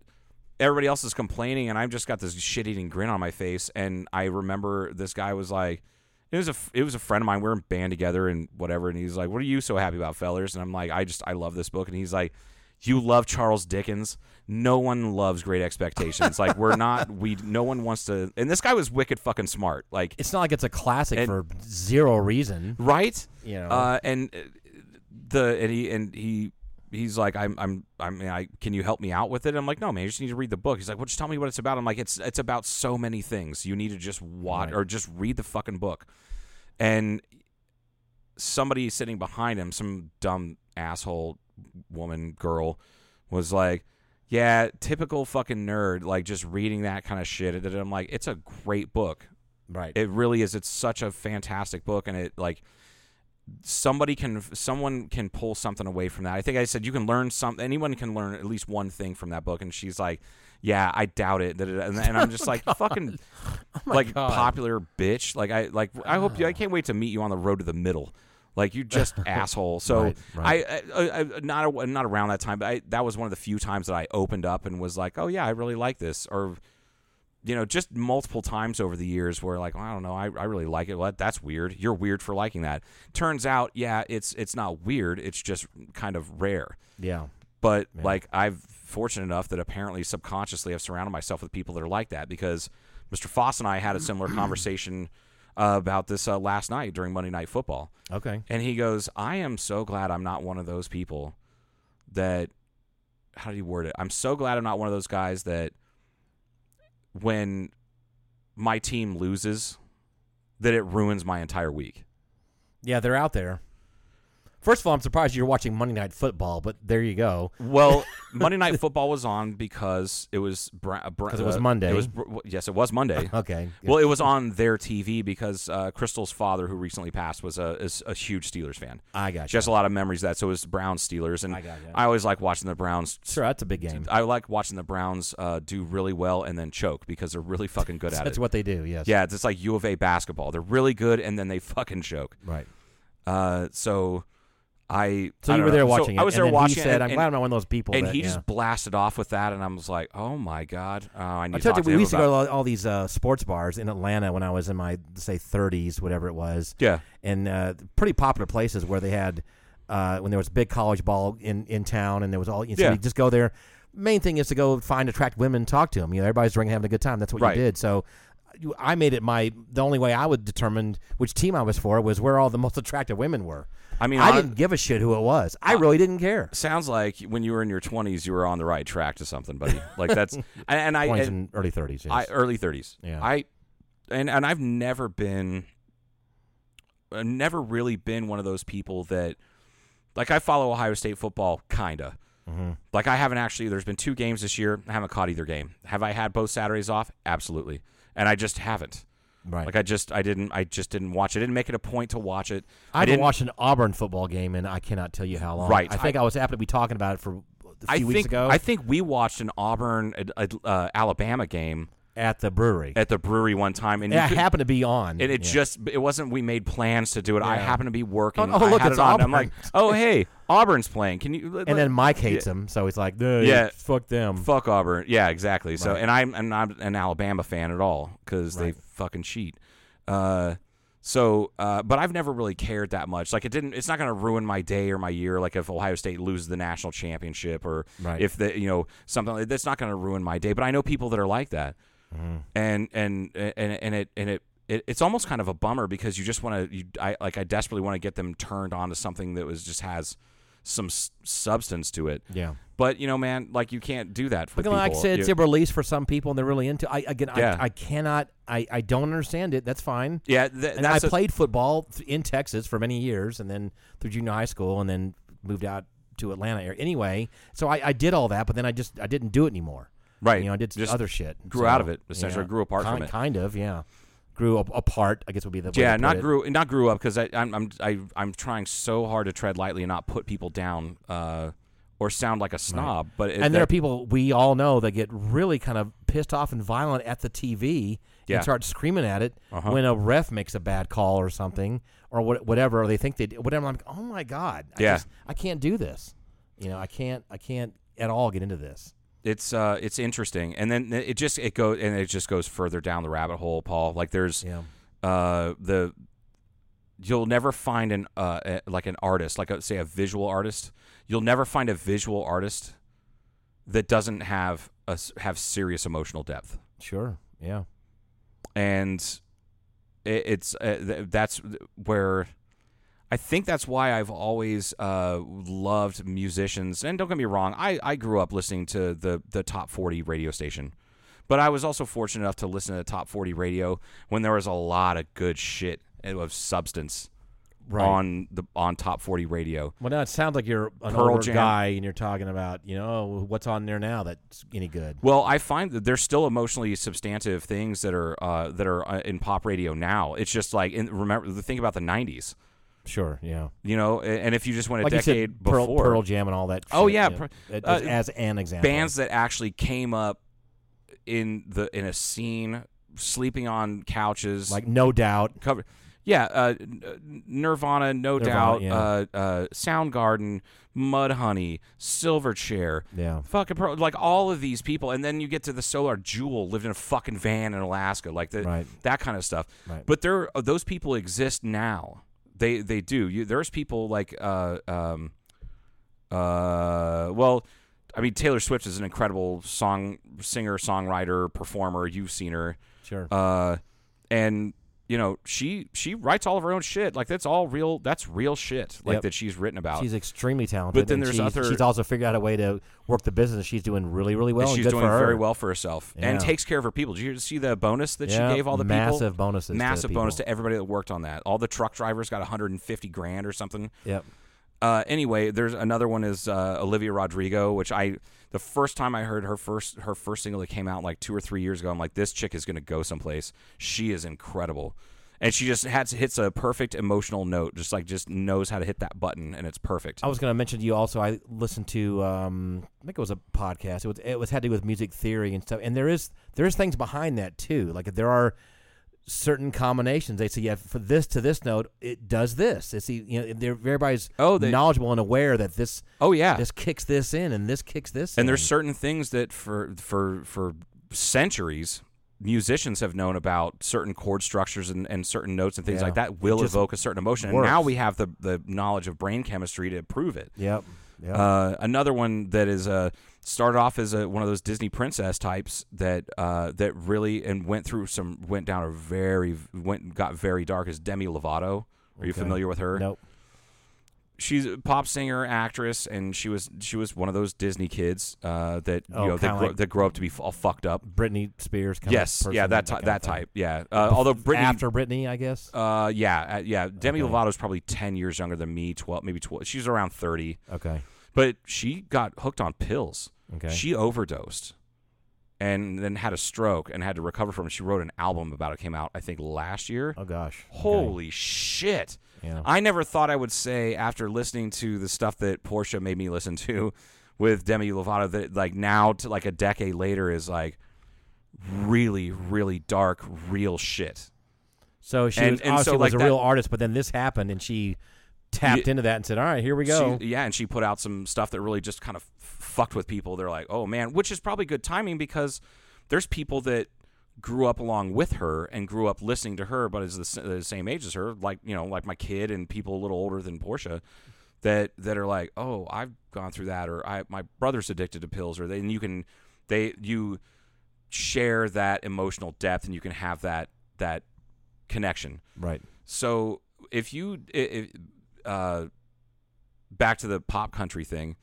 S5: everybody else is complaining and i've just got this shit-eating grin on my face and i remember this guy was like it was a it was a friend of mine we were in band together and whatever and he's like what are you so happy about fellers and i'm like i just i love this book and he's like you love charles dickens no one loves great expectations like we're not we no one wants to and this guy was wicked fucking smart like
S4: It's not like it's a classic
S5: And-
S4: for zero reason.
S5: right?
S4: Mm-hmm. You know.
S5: uh, and uh, the and he and he he's like, I'm I'm I'm I can you help me out with it? And I'm like, no, man, you just need to read the book. He's like, well, just tell me what it's about. I'm like, it's it's about so many things. You need to just watch or just read the fucking book. And somebody sitting behind him, some dumb asshole woman girl, was like. Yeah, typical fucking nerd, like just reading that kind of shit. And I'm like, it's a great book.
S4: Right.
S5: It really is. It's such a fantastic book, and it like somebody can someone can pull something away from that. I think I said you can learn some. Anyone can learn at least one thing from that book, and she's like, "Yeah, I doubt it." da, da, da. And, and I'm
S4: Oh
S5: just like, "Fucking like popular bitch." Like I like I hope you. I can't wait to meet you on the road to the middle. Like you just asshole. So
S4: Right, right.
S5: I, I, I not a- not around that time, but I, that was one of the few times that I opened up and was like, "Oh yeah, I really like this," or you know, just multiple times over the years where like, I don't know, I, I really like it. Well, that's weird. You're weird for liking that. Turns out, yeah, it's it's not weird. It's just kind of rare.
S4: yeah.
S5: But like, I've fortunate enough that apparently subconsciously I've surrounded myself with people that are like that because Mr. Foss and I had a similar conversation uh, about this uh, last night during Monday Night Football.
S4: Okay.
S5: And he goes, I am so glad I'm not one of those people that, how did he word it? I'm so glad I'm not one of those guys that when my team loses, that it ruins my entire week.
S4: Yeah, they're out there. First of all, I'm surprised you're watching Monday Night Football, but there you go.
S5: Well, Monday Night Football was on because it was because
S4: Because it was Monday.
S5: uh, It was br- yes, it was Monday.
S4: Okay. good.
S5: Well, it was on their TV because uh, Crystal's father, who recently passed, was a is a huge Steelers fan.
S4: I got
S5: She
S4: you.
S5: has a lot of memories of that. So it was Browns Steelers, and I,
S4: gotcha.
S5: always like watching the Browns
S4: sure, that's a big game.
S5: I like watching the Browns uh, do really well and then choke because they're really fucking good at
S4: That's
S5: it.
S4: what they do. Yes.
S5: yeah, it's just like U of A basketball. They're really good and then they fucking choke.
S4: Right.
S5: Uh, so I
S4: So
S5: I
S4: you
S5: don't
S4: were there
S5: know. So
S4: watching it.
S5: I was
S4: and
S5: there
S4: then
S5: watching.
S4: He
S5: it,
S4: said,
S5: and,
S4: "I'm glad I'm not one of those people."
S5: and
S4: that,
S5: he
S4: yeah.
S5: just blasted off with that, and I was like, "Oh my god!" Oh, I need
S4: I
S5: to
S4: told
S5: talk
S4: you
S5: to
S4: we
S5: him
S4: used to
S5: about
S4: go to all, all these uh, sports bars in Atlanta when I was in my say 30s, whatever it was.
S5: Yeah.
S4: and uh, pretty popular places where they had uh, when there was big college ball in, in town, and there was all. You, so
S5: Yeah.
S4: you just go there. Main thing is to go find attract women, talk to them. You know, everybody's drinking, having a good time. That's what
S5: Right.
S4: you did. So. you- I made it my the only way I would determine which team I was for was where all the most attractive women were.
S5: I mean,
S4: I
S5: hon-
S4: didn't give a shit who it was. I really didn't care.
S5: Sounds like when you were in your twenties, you were on the right track to something, buddy. Like that's and, and I
S4: Twenties
S5: and-
S4: and early thirties.
S5: I early 30s.
S4: Yeah.
S5: I and and I've never been uh, never really been one of those people that like I follow Ohio State football kinda.
S4: Mm-hmm.
S5: Like I haven't actually there's been two games this year. I haven't caught either game. Have I had both Saturdays off? Absolutely. And I just haven't.
S4: right.
S5: Like I just I didn't I just didn't watch it. I didn't make it a point to watch it.
S4: I
S5: didn't
S4: haven't watched an Auburn football game, and I cannot tell you how long.
S5: Right.
S4: I think I,
S5: I-
S4: was happy to be talking about it for a
S5: I
S4: few
S5: think
S4: weeks ago
S5: I think we watched an Auburn uh, uh, Alabama game
S4: at the brewery.
S5: at the brewery one time and
S4: and I
S5: you could-
S4: happened to be on.
S5: and it
S4: Yeah.
S5: just it wasn't we made plans to do it. I happened to be working.
S4: Oh, oh,
S5: I
S4: look,
S5: had
S4: it's
S5: it on.
S4: Auburn.
S5: I'm like, oh hey, Auburn's playing. Can you?
S4: and then Mike hates him, so he's like, "Dude,
S5: Yeah.
S4: fuck them."
S5: fuck Auburn. Yeah, exactly. So and I'm and I'm not an Alabama fan at all because they fucking cheat. Uh, So, uh, but I've never really cared that much. Like, it didn't. It's not going to ruin my day or my year. Like, if Ohio State loses the national championship, or
S4: Right.
S5: if the you know something that's not going to ruin my day. But I know people that are like that, and and and and it and it. It, it's almost kind of a bummer because you just want to, you, I like, I desperately want to get them turned on to something that was just has some s- substance to it.
S4: Yeah.
S5: But you know, man, like you can't do that for
S4: But
S5: people.
S4: like I said,
S5: You-
S4: it's a release for some people, and they're really into. I again,
S5: Yeah.
S4: I, I cannot. I, I don't understand it. That's fine.
S5: Yeah, th-
S4: and I
S5: that's a-
S4: played football th- in Texas for many years, and then through junior high school, and then moved out to Atlanta. area. Anyway, so I, I did all that, but then I just I didn't do it anymore.
S5: Right.
S4: You know, I did
S5: Just
S4: other shit.
S5: grew out of it, essentially,
S4: yeah.
S5: grew apart from
S4: Kind-
S5: it.
S4: Kind of, yeah. Grew up apart. I guess would be the way
S5: yeah,
S4: to put
S5: not
S4: it.
S5: grew not grew up because I'm I'm I, I'm trying so hard to tread lightly and not put people down uh, or sound like a snob. But it,
S4: and there
S5: that-
S4: are people we all know that get really kind of pissed off and violent at the TV
S5: Yeah. Uh-huh.
S4: and start screaming at it when a ref makes a bad call or something or what, whatever or they think they did, whatever. I'm like, oh my god, I,
S5: Yeah.
S4: just, I can't do this. You know, I can't, I can't at all get into this.
S5: it's uh it's interesting, and then it just it goes and it just goes further down the rabbit hole, Paul. Like there's
S4: Yeah.
S5: uh the you'll never find an uh a, like an artist like a, say a visual artist you'll never find a visual artist that doesn't have a, s- have serious emotional depth
S4: Sure. Yeah.
S5: and it, it's uh, th- that's where I think that's why I've always uh, loved musicians. And don't get me wrong, I, I grew up listening to the the top forty radio station, but I was also fortunate enough to listen to the top forty radio when there was a lot of good shit of substance
S4: Right.
S5: on the on top forty radio.
S4: Well, now it sounds like you're an
S5: Pearl
S4: older
S5: Jam.
S4: guy and you're talking about, you know, "Oh, what's on there now that's any good.
S5: Well, I find that there's still emotionally substantive things that are uh, that are uh, in pop radio now. It's just like in, remember the thing about the '90s.
S4: Sure. Yeah.
S5: you know a- and if you just went a
S4: Like
S5: decade
S4: you said, Pearl,
S5: before
S4: Pearl Jam and all that.
S5: Oh,
S4: shit,
S5: yeah,
S4: you know,
S5: Pearl-
S4: that-
S5: uh,
S4: just as an example,
S5: bands that actually came up in the in a scene sleeping on couches
S4: like No Doubt,
S5: cover yeah uh, N- nirvana no
S4: Nirvana,
S5: doubt
S4: yeah.
S5: uh, uh, soundgarden mudhoney silverchair
S4: Yeah.
S5: fucking Pearl, like all of these people and then you get to the solar jewel lived in a fucking van in alaska like the,
S4: Right.
S5: that kind of stuff
S4: Right.
S5: but there uh, those people exist now they they do you, there's people like uh um uh, well, I mean Taylor Swift is an incredible song singer, songwriter, performer. You've seen her,
S4: Sure.
S5: Uh, and you know she she writes all of her own shit. Like that's all real. That's real shit. Like
S4: Yep.
S5: that she's written about.
S4: She's extremely talented.
S5: But then
S4: and
S5: there's
S4: she's,
S5: other-
S4: She's also figured out a way to work the business. She's doing really, really well.
S5: and
S4: and
S5: she's
S4: good
S5: doing
S4: for her.
S5: very well for herself and
S4: Yeah.
S5: takes care of her people. Did you see the bonus that
S4: Yeah,
S5: she gave all the people?
S4: massive bonuses to the
S5: Massive bonus
S4: people.
S5: to everybody that worked on that. All the truck drivers got 150 grand or something.
S4: Yep.
S5: Uh, anyway, there's another one is uh, Olivia Rodrigo, which I the first time I heard her first her first single that came out like two or three years ago, I'm like, this chick is gonna go someplace. She is incredible, and she just has, hits a perfect emotional note, just like just knows how to hit that button, and it's perfect.
S4: I was going to mention to you also. I listened to um, I think it was a podcast. It was it was had to do with music theory and stuff. And there is there is things behind that too. Like there are certain combinations. They say yeah, for this to this note, it does this. It's the- you know they're, everybody's
S5: Oh, they-
S4: knowledgeable and aware that this
S5: Oh, yeah.
S4: this kicks this in and this kicks this. in.
S5: And there's certain things that for for for centuries musicians have known about certain chord structures and, and certain notes and things
S4: Yeah.
S5: like that will
S4: It just
S5: evoke a certain emotion. And
S4: works.
S5: now we have the, the knowledge of brain chemistry to prove it.
S4: yep. Yep.
S5: Uh, another one that is uh, started off as a, one of those Disney princess types that uh, that really and went through some went down a very went got very dark is Demi Lovato. Are you
S4: Okay.
S5: familiar with her?
S4: Nope.
S5: she's a pop singer, actress, and she was she was one of those Disney kids uh, that
S4: Oh,
S5: you know that,
S4: kinda
S5: grow,
S4: like-
S5: that grow up to be f- all fucked up.
S4: Britney Spears. Kind
S5: Yes,
S4: Of person,
S5: yeah, that
S4: kind
S5: type,
S4: of
S5: that
S4: thing.
S5: type, yeah. Uh, although Britney,
S4: after Britney, I guess.
S5: uh, yeah, uh, yeah, Demi
S4: Okay.
S5: Lovato's probably ten years younger than me, twelve, maybe twelve. She's around thirty,
S4: Okay.
S5: but she got hooked on pills.
S4: Okay.
S5: She overdosed, and then had a stroke and had to recover from it. She wrote an album about it. Came out, I think, last year.
S4: Oh gosh. Okay.
S5: Holy shit.
S4: Yeah.
S5: I never thought I would say after listening to the stuff that Portia made me listen to with Demi Lovato that like now to like a decade later is like really really dark real shit.
S4: So she
S5: And-
S4: was,
S5: and
S4: obviously
S5: so, like,
S4: was a
S5: that-
S4: real artist, but then this happened, and she tapped
S5: Ye-
S4: into that and said, "All right, here we go."
S5: She, yeah, and she put out some stuff that really just kind of f- fucked with people. They're like, "Oh man," which is probably good timing because there's people that grew up along with her and grew up listening to her, but is the, s- the same age as her, like you know, like my kid and people a little older than Portia, that that are like, oh, I've gone through that, or I my brother's addicted to pills, or then you can they you share that emotional depth and you can have that that connection.
S4: Right.
S5: So if you i- if, uh, back to the pop country thing,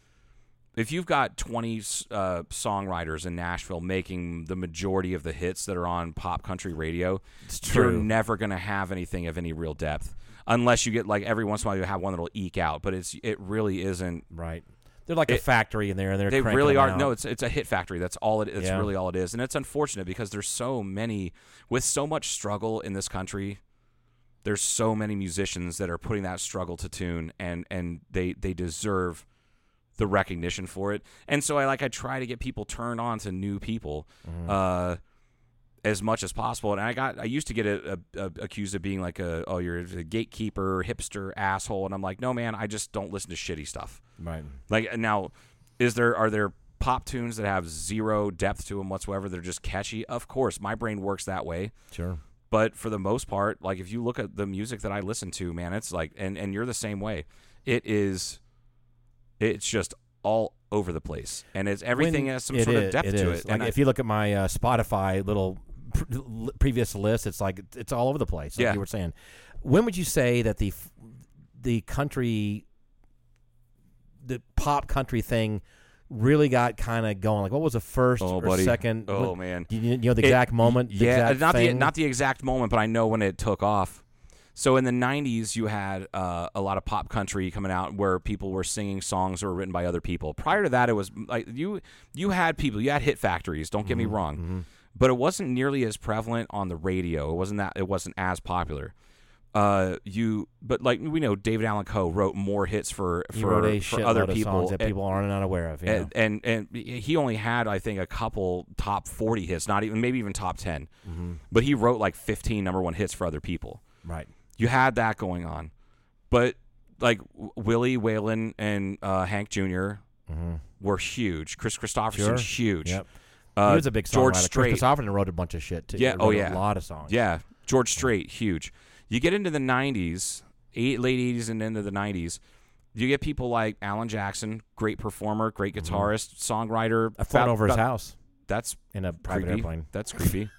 S5: if you've got 20 s- uh, songwriters in Nashville making the majority of the hits that are on pop country radio,
S4: true.
S5: you're never going to have anything of any real depth unless you get like every once in a while you have one that'll eke out, but it's it really isn't
S4: Right. They're like a
S5: It-
S4: factory in there, and they're
S5: they
S4: cranking
S5: really
S4: them
S5: are
S4: out.
S5: no it's it's a hit factory that's all it that's
S4: Yeah.
S5: really all it is and it's unfortunate because there's so many with so much struggle in this country there's so many musicians that are putting that struggle to tune and and they they deserve the recognition for it and so i like i try to get people turned on to new people
S4: Mm-hmm.
S5: uh as much as possible. And I got I used to get a, a, a- accused of being like a oh you're a gatekeeper, hipster, asshole, and I'm like no man, I just don't listen to shitty stuff.
S4: Right.
S5: Like now, is there are there pop tunes that have zero depth to them whatsoever? They're just catchy. Of course, my brain works that way.
S4: Sure.
S5: But for the most part, like if you look at the music that I listen to, man, it's like and and you're the same way. It is, it's just all over the place, and it's everything
S4: When-
S5: has some
S4: it
S5: sort of
S4: is-
S5: depth
S4: it
S5: to
S4: is.
S5: it.
S4: Like
S5: and I-
S4: if you look at my uh, Spotify little pr- l- previous list, it's like it's all over the place. Like
S5: Yeah.
S4: you were saying. When would you say that the f- the country, the pop country thing, really got kind of going? Like, what was the first
S5: Oh,
S4: or
S5: buddy.
S4: second?
S5: Oh,
S4: what-
S5: man.
S4: you, you know the
S5: It-
S4: exact moment. The
S5: yeah,
S4: exact
S5: not the
S4: thing?
S5: not the exact moment, but I know when it took off. So in the '90s, you had uh, a lot of pop country coming out where people were singing songs that were written by other people. Prior to that, it was like you you had people, you had hit factories. Don't get me
S4: Mm-hmm,
S5: wrong, but it wasn't nearly as prevalent on the radio. It wasn't that it wasn't as popular. Uh, you but like we know David Allen Coe wrote more hits for
S4: He
S5: for,
S4: wrote a
S5: for
S4: shitload
S5: other
S4: of
S5: people
S4: songs that
S5: and-
S4: people aren't not aware of. Yeah.
S5: and, and and he only had I think a couple top forty hits, not even maybe even top 10
S4: Mm-hmm.
S5: But he wrote like fifteen number one hits for other people.
S4: right.
S5: You had that going on, but like W- Willie Whalen and uh, Hank junior were huge. Chris Christopherson
S4: Mm-hmm. Sure.
S5: huge.
S4: Yep.
S5: Uh,
S4: he was a big songwriter.
S5: George
S4: Chris
S5: Strait.
S4: Christopherson wrote a bunch of shit too.
S5: Yeah,
S4: He
S5: oh,
S4: wrote A
S5: yeah.
S4: lot of songs.
S5: Yeah, George Strait, huge. You get into the '90s, eight, late '80s and into the '90s. You get people like Alan Jackson, great performer, great guitarist, songwriter.
S4: I flown Mm-hmm.
S5: About-
S4: over his
S5: about-
S4: house
S5: That's
S4: in a private
S5: creepy.
S4: airplane.
S5: That's creepy.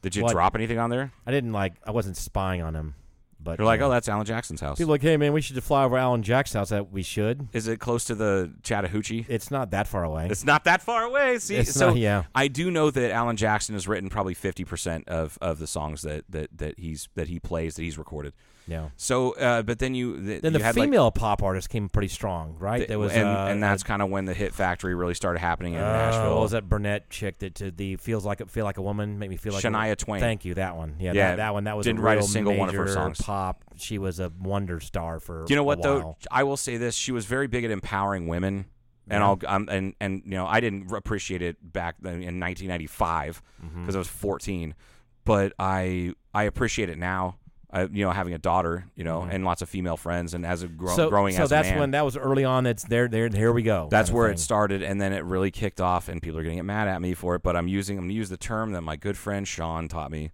S5: Did you
S4: What?
S5: drop anything on there?
S4: I didn't like. I wasn't spying on him, but
S5: You're like,
S4: you know.
S5: oh, that's Alan Jackson's house.
S4: people are like, hey man, we should fly over Alan Jack's house. That we should.
S5: Is it close to the Chattahoochee?
S4: It's not that far away.
S5: It's not that far away. See,
S4: It's
S5: so
S4: not- yeah.
S5: I do know that Alan Jackson has written probably fifty percent of, of the songs that, that, that he's that he plays that he's recorded.
S4: yeah.
S5: So, uh, but then you th-
S4: Then
S5: you
S4: the
S5: had, like,
S4: female pop artist came pretty strong, right?
S5: th-
S4: there was
S5: and,
S4: uh,
S5: and that's kind of when the Hit Factory really started happening in
S4: uh,
S5: Nashville.
S4: What was that Burnett chick that did the feels like feel like a woman? Make me feel like a,
S5: Shania Twain.
S4: Thank you, that one. Yeah,
S5: Yeah,
S4: that, that one. That was
S5: didn't
S4: a
S5: write a
S4: real
S5: single one of her
S4: major
S5: songs.
S4: Pop. She was a wonder star for.
S5: Do you know
S4: a
S5: what though?
S4: while.
S5: I will say this: she was very big at empowering women, and
S4: Yeah.
S5: I'll um, and and you know I didn't appreciate it back then in 1995 because
S4: Mm-hmm.
S5: I was 14, but I I appreciate it now. I, you know, having a daughter, you know, and lots of female friends, and as a grow,
S4: Mm-hmm. So,
S5: growing
S4: so
S5: as
S4: that's
S5: a man,
S4: when that was early on. That's there. There. Here we go. Uh,
S5: that's
S4: kinda
S5: where
S4: thing.
S5: it started, and then it really kicked off, and people are going to get mad at me for it. But I'm using I'm going to use the term that my good friend Sean taught me: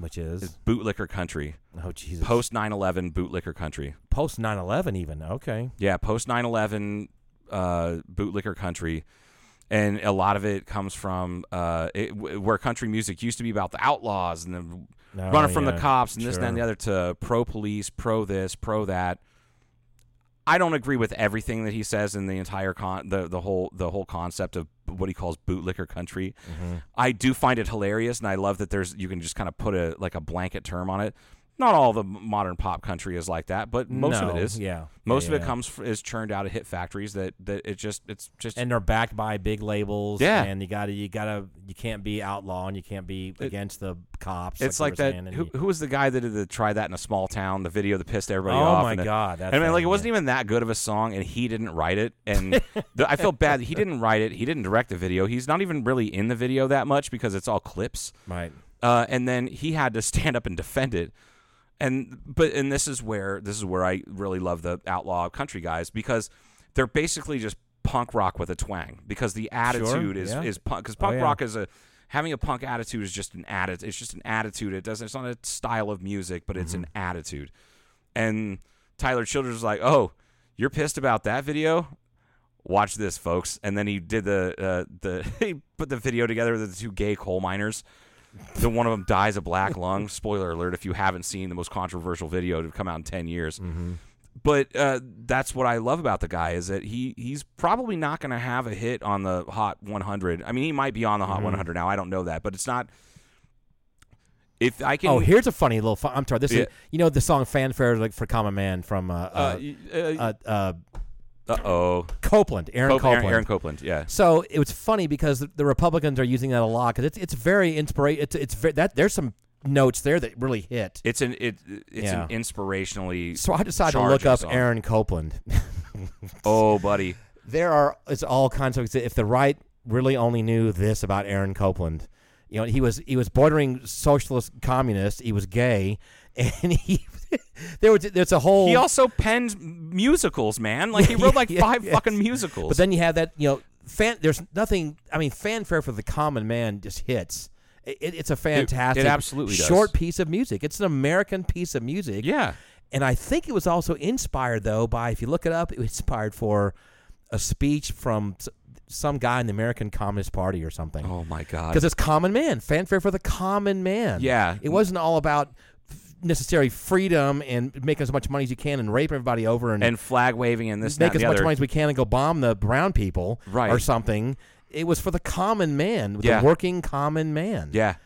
S4: Which is
S5: bootlicker country,
S4: oh Jesus.
S5: post 9/11 bootlicker country.
S4: post 9-11 even okay
S5: Yeah, post 9 11 uh, bootlicker country. And a lot of it comes from uh, it, w- where country music used to be about the outlaws and the
S4: Oh,
S5: running from the
S4: yeah,
S5: cops and this and that and the
S4: sure.
S5: other to pro police, pro this, pro that. I don't agree with everything that he says in the entire con the, the whole the whole concept of what he calls bootlicker country.
S4: Mm-hmm.
S5: I do find it hilarious, and I love that there's you can just kind of put a like a blanket term on it. Not all the modern pop country is like that, but most of
S4: No,
S5: it is.
S4: yeah.
S5: most
S4: Yeah,
S5: of it
S4: yeah.
S5: comes f- is churned out of hit factories that that it just it's just
S4: and they're backed by big labels
S5: Yeah.
S4: and you gotta you gotta you can't be outlaw and you can't be against the cops
S5: it's
S4: we
S5: like,
S4: were
S5: that.
S4: saying, and
S5: Who,
S4: you-
S5: who was the guy that did the try that in a small town? The video that pissed everybody
S4: Oh
S5: off.
S4: my
S5: and it-
S4: God, that
S5: and I mean, like
S4: thing,
S5: it wasn't
S4: yeah.
S5: even that good of a song, and he didn't write it. And the, I feel bad that he didn't write it. He didn't direct the video. He's not even really in the video that much because it's all clips.
S4: right
S5: uh, and then he had to stand up and defend it. And but and this is where this is where I really love the outlaw country guys because they're basically just punk rock with a twang because the attitude is
S4: yeah. Oh,
S5: is punk because punk
S4: yeah.
S5: rock is a having a punk attitude is just an attitude. It's just an attitude. It doesn't. It's not a style of music, but it's an
S4: Mm-hmm.
S5: attitude. And Tyler Childers was like, "Oh, you're pissed about that video? Watch this, folks." And then he did the uh, the he put the video together with the two gay coal miners. The one of them dies of black lung. Spoiler alert: if you haven't seen the most controversial video to come out in ten years.
S4: Mm-hmm.
S5: But uh, that's what I love about the guy is that he he's probably not going to have a hit on the Hot 100. I mean, he might be on the
S4: Mm-hmm.
S5: Hot 100 now. I don't know that, but it's not. If I can,
S4: Oh, here's a funny little. Fun, I'm sorry. This
S5: Yeah.
S4: is you know the song "Fanfare" like for Common Man from uh
S5: uh,
S4: uh,
S5: y-
S4: uh,
S5: uh,
S4: uh,
S5: oh,
S4: Copeland, Aaron Copeland.
S5: Aaron Copeland, yeah.
S4: So it was funny because the, the Republicans are using that a lot because it's it's very inspirational. It's it's very, that there's some notes there that really hit.
S5: It's an it it's
S4: Yeah.
S5: an inspirationally.
S4: So I decided to
S5: charged
S4: look up
S5: song.
S4: Aaron Copeland.
S5: Oh, buddy,
S4: there are it's all kinds of if the right really only knew this about Aaron Copeland. You know, he was he was bordering socialist communist. He was gay, and he there was there's a whole.
S5: he also penned musicals, man. Like he wrote like
S4: Oh. Yeah,
S5: five
S4: yeah.
S5: fucking musicals.
S4: But then you have that, you know, fan. There's nothing. I mean, fanfare for the common man just hits. It, it- it's a fantastic,
S5: absolutely does.
S4: short piece of music. It's an American piece of music.
S5: Yeah.
S4: and I think it was also inspired though by if you look it up, it was inspired for a speech from s- some guy in the American Communist Party or something.
S5: oh my god,
S4: Because it's common man, fanfare for the common man.
S5: Yeah.
S4: it wasn't all about f- necessarily freedom and making as much money as you can and raping everybody over and
S5: and flag waving and this
S4: make
S5: that, and
S4: as
S5: the
S4: much
S5: other.
S4: money as we can and go bomb the brown people
S5: Right.
S4: or something. It was for the common man,
S5: Yeah.
S4: the working common man.
S5: Yeah,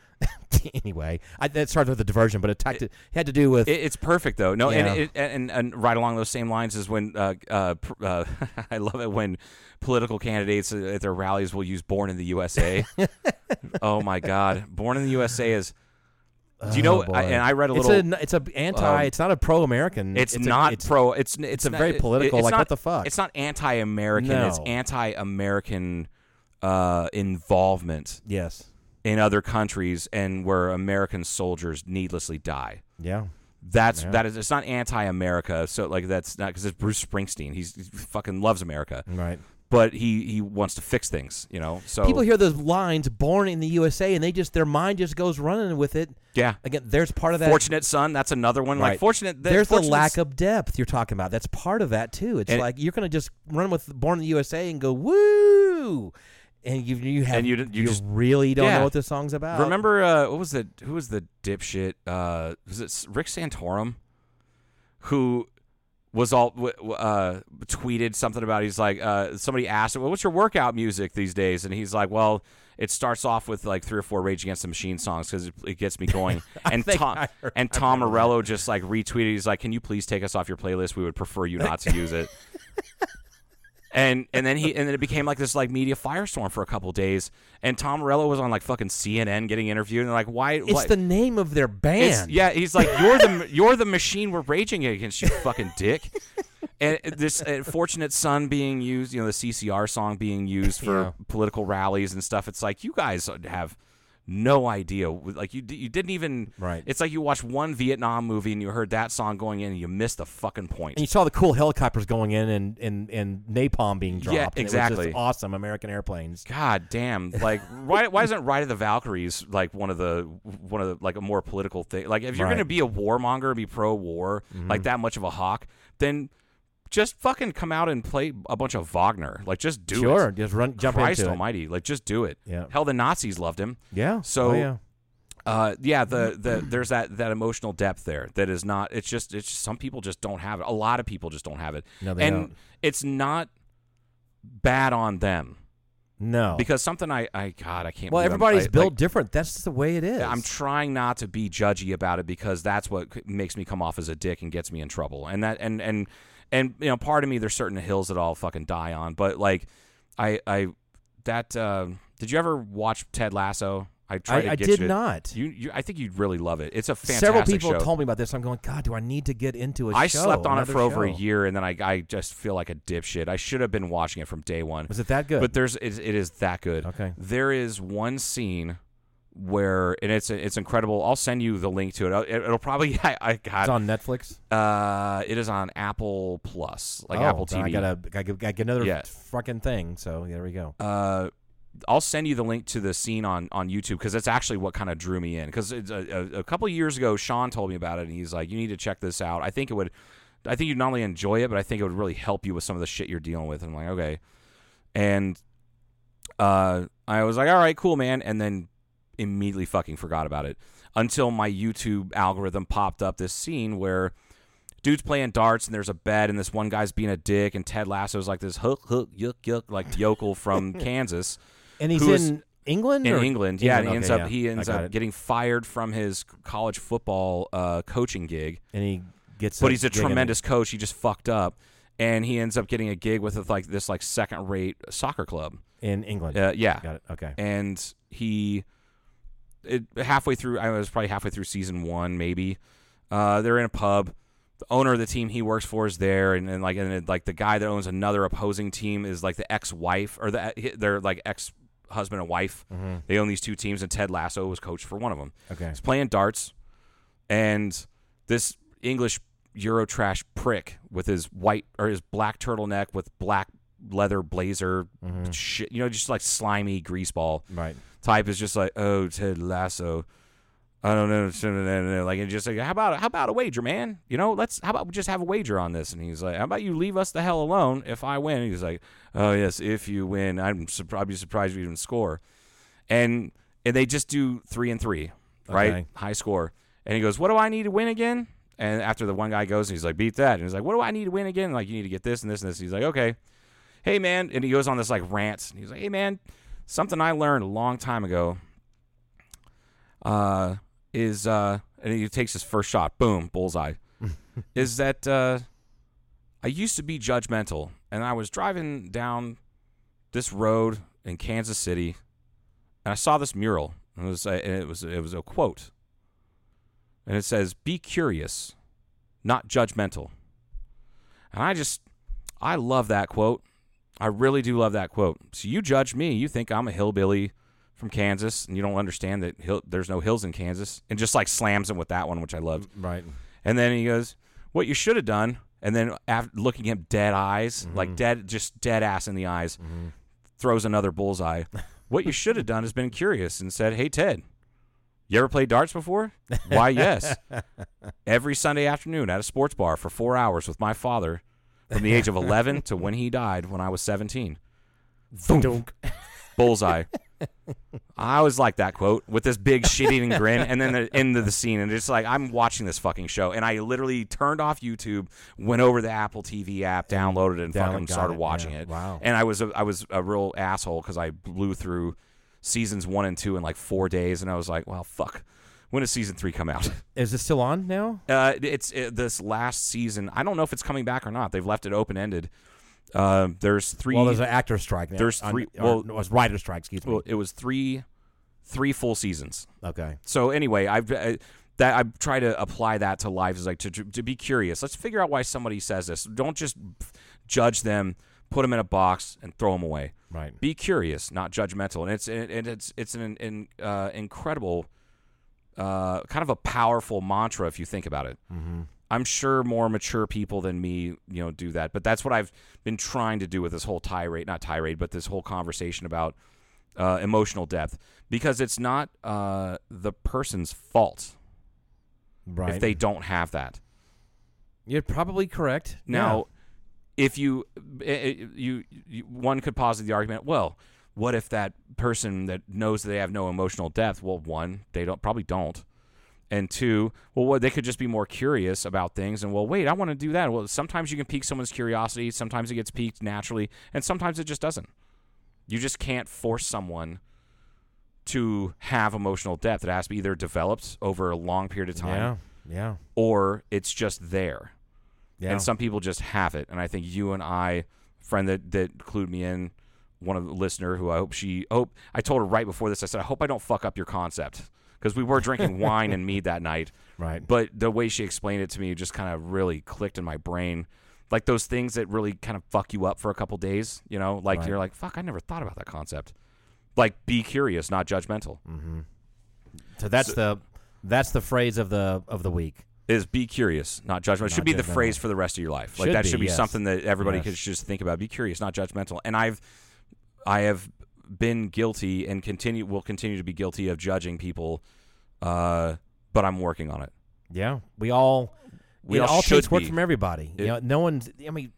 S4: anyway, I, that started with a diversion, but it, tacked- it had to do with
S5: It, it's perfect though. No,
S4: Yeah.
S5: and, it, and and right along those same lines is when uh, uh, pr- uh, I love it when political candidates at their rallies will use "Born in the USA." oh my God, "Born in the USA" is. Do you know?
S4: Oh, boy.
S5: I, and I read a
S4: It's
S5: little.
S4: n- It's a b- anti.
S5: um,
S4: it's not a pro-American.
S5: it's,
S4: a-
S5: not
S4: it's-
S5: pro. It's n- it's
S4: a
S5: not-
S4: very
S5: it-
S4: political,
S5: it's
S4: like,
S5: not-
S4: what the fuck?
S5: It's not anti-American. It's
S4: No.
S5: anti-American uh, involvement
S4: Yes.
S5: in other countries and where American soldiers needlessly die.
S4: Yeah.
S5: That's that is it's not anti-America. So like that's not because it's Bruce Springsteen. He's, he fucking loves America,
S4: Right.
S5: but he he wants to fix things. You know, so
S4: People hear those lines "born in the USA" and they just their mind just goes running with it.
S5: Yeah.
S4: Again, there's part of that.
S5: fortunate son. That's another one. Like
S4: Right.
S5: fortunate. That,
S4: There's the
S5: Fortunate
S4: lack
S5: Son-
S4: of depth you're talking about. That's part of that too. It's
S5: And-
S4: like you're gonna just run with "Born in the USA" and go woo, and you you have
S5: And you d- you just-
S4: really don't
S5: yeah.
S4: know what this song's about.
S5: Remember uh, what was the who was the dipshit? Uh, was it S- Rick Santorum? Who was all w- w- uh, tweeted something about? He's like uh, somebody asked him, "Well, what's your workout music these days?" And he's like, "Well, it starts off with like three or four Rage Against the Machine songs because it, it gets me going." and
S4: think
S5: Tom
S4: I heard-
S5: and
S4: I
S5: Tom
S4: remember
S5: Morello just like retweeted. He's like, "Can you please take us off your playlist? We would prefer you not to use it." and and then he and then it became like this like media firestorm for a couple days. And Tom Morello was on like fucking CNN getting interviewed, and they're like, why?
S4: It's
S5: why-
S4: the name of their band.
S5: it's- yeah, he's like, you're the you're the machine we're raging against, you fucking dick. And this uh, fortunate son being used, you know, the CCR song being used for political rallies and stuff. It's like you guys have no idea. Like you, di- you didn't even.
S4: Right.
S5: It's like you watched one Vietnam movie and you heard that song going in, and you missed the fucking point.
S4: And you saw the cool helicopters going in and, and, and napalm being dropped. and it was just
S5: exactly.
S4: awesome American airplanes.
S5: God damn! Like, why why isn't Ride of the Valkyries like one of the one of the, like a more political thing? Like, if you're
S4: Right. Mm-hmm.
S5: gonna be a warmonger and be pro war, like that much of a hawk, then just fucking come out and play a bunch of Wagner. Like, just do
S4: sure,
S5: it.
S4: just run, jump
S5: Christ
S4: into it.
S5: Almighty! Like, just do it.
S4: Yeah.
S5: Hell, the Nazis loved him.
S4: Yeah.
S5: So,
S4: oh, yeah.
S5: Uh, yeah. The the there's that that emotional depth there that is not. It's just it's just some people just don't have it. A lot of people just don't have it.
S4: No, they
S5: and
S4: don't.
S5: it's not bad on them
S4: no,
S5: because something I, I God, I can't.
S4: Oh. well,
S5: believe I'm-
S4: everybody's
S5: I-
S4: built
S5: like,
S4: different. That's the way it is.
S5: I'm trying not to be judgy about it because that's what c- makes me come off as a dick and gets me in trouble. And that and and and you know, part of me there's certain hills that I'll fucking die on. But like, I I that uh, did you ever watch Ted Lasso? I tried to
S4: I
S5: get
S4: did
S5: you to-
S4: not.
S5: You, you I think you'd really love it. It's a fantastic
S4: Several people
S5: show.
S4: told me about this. I'm going, God, do I need to get into a
S5: I
S4: show?
S5: slept on it
S4: another
S5: for over a
S4: show?"
S5: year, and then I, I just feel like a dipshit. I should have been watching it from day one.
S4: Was it that good?
S5: But there's it, it is that good.
S4: Okay.
S5: There is one scene where and it's it's incredible. I'll send you the link to it. It, will probably I, I
S4: It's
S5: got
S4: on Netflix.
S5: uh it is on Apple Plus like
S4: Oh,
S5: Apple
S4: then
S5: TV.
S4: I gotta, I gotta, gotta get another
S5: Yeah.
S4: fucking thing. So there we go.
S5: uh, I'll send you the link to the scene on on YouTube because that's actually what kind of drew me in. Because a, a, a couple years ago, Sean told me about it, and he's like, "You need to check this out. I think it would, I think you'd not only enjoy it, but I think it would really help you with some of the shit you're dealing with." And I'm like, "Okay," and uh, I was like, "All right, cool, man," and then immediately fucking forgot about it until my YouTube algorithm popped up this scene where dude's playing darts and there's a bed and this one guy's being a dick and Ted Lasso's like this hook hook yuck yuck like yokel from Kansas
S4: And he's
S5: who is-
S4: in England.
S5: in
S4: or-
S5: England. Yeah, and he ends
S4: okay,
S5: up
S4: yeah.
S5: he
S4: I
S5: ends
S4: got
S5: up
S4: it.
S5: getting fired from his college football uh, coaching gig.
S4: and he gets.
S5: But he's a
S4: gig in-
S5: tremendous coach. He just fucked up, and he ends up getting a gig with like this like second rate soccer club.
S4: in England.
S5: Uh, yeah,
S4: Got it. Okay.
S5: and he it, halfway through I was probably halfway through season one maybe uh, they're in a pub the owner of the team he works for is there and, and like and then, like the guy that owns another opposing team is like the ex-wife or the they're like ex husband and wife they own these two teams and Ted Lasso was coach for one of them
S4: Okay.
S5: he's playing darts and this English Eurotrash prick with his white or his black turtleneck with black leather blazer, shit, you know, just like slimy greaseball
S4: Right.
S5: type is just like, oh, Ted Lasso. I don't know, no, no, no, no. like and just like how about how about a wager, man? You know, let's how about we just have a wager on this? And he's like, how about you leave us the hell alone? If I win, he's like, oh yes, if you win, I'm surprised. I'd be surprised if you even score. And and they just do three and three, right?
S4: Okay.
S5: High score. And he goes, what do I need to win again? And after the one guy goes, and he's like, beat that. And he's like, what do I need to win again? Like you need to get this and this and this. He's like, okay hey man and he goes on this like rant and he's like hey man something i learned a long time ago uh is uh and he takes his first shot boom bullseye is that uh i used to be judgmental and i was driving down this road in kansas city and i saw this mural and it was a, and it was it was a quote and it says be curious not judgmental and i just i love that quote I really do love that quote. So you judge me. You think I'm a hillbilly from Kansas, and you don't understand that hill, there's no hills in Kansas, and just like slams him with that one, which I loved.
S4: Right.
S5: And then he goes, "What you should have done." And then after looking him dead eyes, like dead, just dead ass in the eyes, throws another bullseye. what you should have done is been curious and said, "Hey Ted, you ever played darts before?" Why, yes. Every Sunday afternoon at a sports bar for four hours with my father, from the age of eleven to when he died when I was seventeen.
S4: Dunk.
S5: Bullseye. I always like that quote with this big shit eating grin, and then the end of the scene, and it's like I'm watching this fucking show, and I literally turned off YouTube, went over the Apple TV app, downloaded it, and
S4: Download-
S5: fucking
S4: got
S5: started
S4: it,
S5: watching
S4: yeah.
S5: it.
S4: Wow.
S5: And I was a, I was a real asshole because I blew through seasons one and two in like four days, and I was like, well, fuck. When does season three come out?
S4: Is this still on now?
S5: Uh, it's it, this last season. I don't know if it's coming back or not. They've left it open ended. Uh, there's three.
S4: Well, there's an actor strike now.
S5: There's
S4: on-
S5: three-
S4: or-
S5: well-
S4: no, it's writer strike. Excuse me.
S5: well, it was three, three full seasons.
S4: okay.
S5: So anyway, I've I, that I try to apply that to life is like to to be curious. Let's figure out why somebody says this. Don't just judge them, put them in a box, and throw them away.
S4: Right.
S5: Be curious, not judgmental, and it's and and it's it's an, an uh, incredible, uh, kind of a powerful mantra if you think about it. I'm sure more mature people than me, you know, do that. But that's what I've been trying to do with this whole tirade, not tirade, but this whole conversation about uh, emotional depth, because it's not uh, the person's fault
S4: Right.
S5: if they don't have that.
S4: You're probably correct.
S5: Now, if you, i- i- you you one could posit the argument, well, what if that person that knows that they have no emotional depth? Well, one, they don't probably don't. And two, well, what, they could just be more curious about things. And well, wait, I want to do that. Well, sometimes you can pique someone's curiosity. Sometimes it gets piqued naturally, and sometimes it just doesn't. You just can't force someone to have emotional depth. It has to be either developed over a long period of
S4: No.
S5: time,
S4: Yeah. Yeah.
S5: or it's just there
S4: Yeah.
S5: and some people just have it. And I think you and I, friend that that clued me in, one of the listener who I hope she hope I told her right before this. I said I hope I don't fuck up your concept because we were drinking wine and mead that night.
S4: Right.
S5: But the way she explained it to me just kind of really clicked in my brain. Like those things that really kind of fuck you up for a couple days, you know, like
S4: Right.
S5: you're like, fuck, I never thought about that concept. Like, be curious, not judgmental.
S4: so that's the that's the phrase of the of the week.
S5: is be curious, not judgmental. It should be the
S4: judgmental.
S5: phrase for the rest of your life. Like
S4: Should
S5: that
S4: be,
S5: should be
S4: yes.
S5: something that everybody
S4: Yes.
S5: could just think about. Be curious, not judgmental. And I've I have been guilty and continue will continue to be guilty of judging people, uh, but I'm working on it.
S4: Yeah, we all
S5: We
S4: it
S5: all should
S4: takes work
S5: be.
S4: from everybody.
S5: It-
S4: you know, no one's. I mean,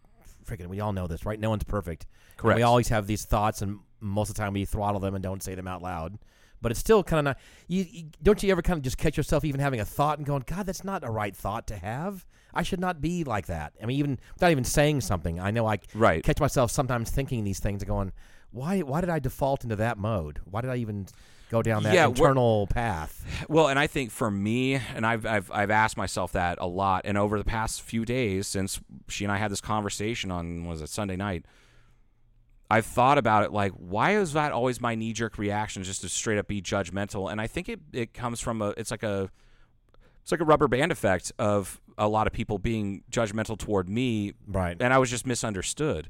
S4: freaking, we all know this, right? No one's perfect. And
S5: Correct.
S4: we always have these thoughts, and most of the time we throttle them and don't say them out loud. But it's still kind of not. You, you don't you ever kind of just catch yourself even having a thought and going, God, that's not a right thought to have. I should not be like that. I mean, even without even saying something, I know I
S5: Right.
S4: catch myself sometimes thinking these things and going, Why? Why did I default into that mode? Why did I even go down that
S5: Yeah, we're-
S4: internal path?
S5: Well, and I think for me, and I've, I've I've asked myself that a lot, and over the past few days since she and I had this conversation on what was it Sunday night, I've thought about it like, why is that always my knee jerk reaction, just to straight up be judgmental? And I think it it comes from a it's like a it's like a rubber band effect of a lot of people being judgmental toward me,
S4: Right.
S5: And I was just misunderstood.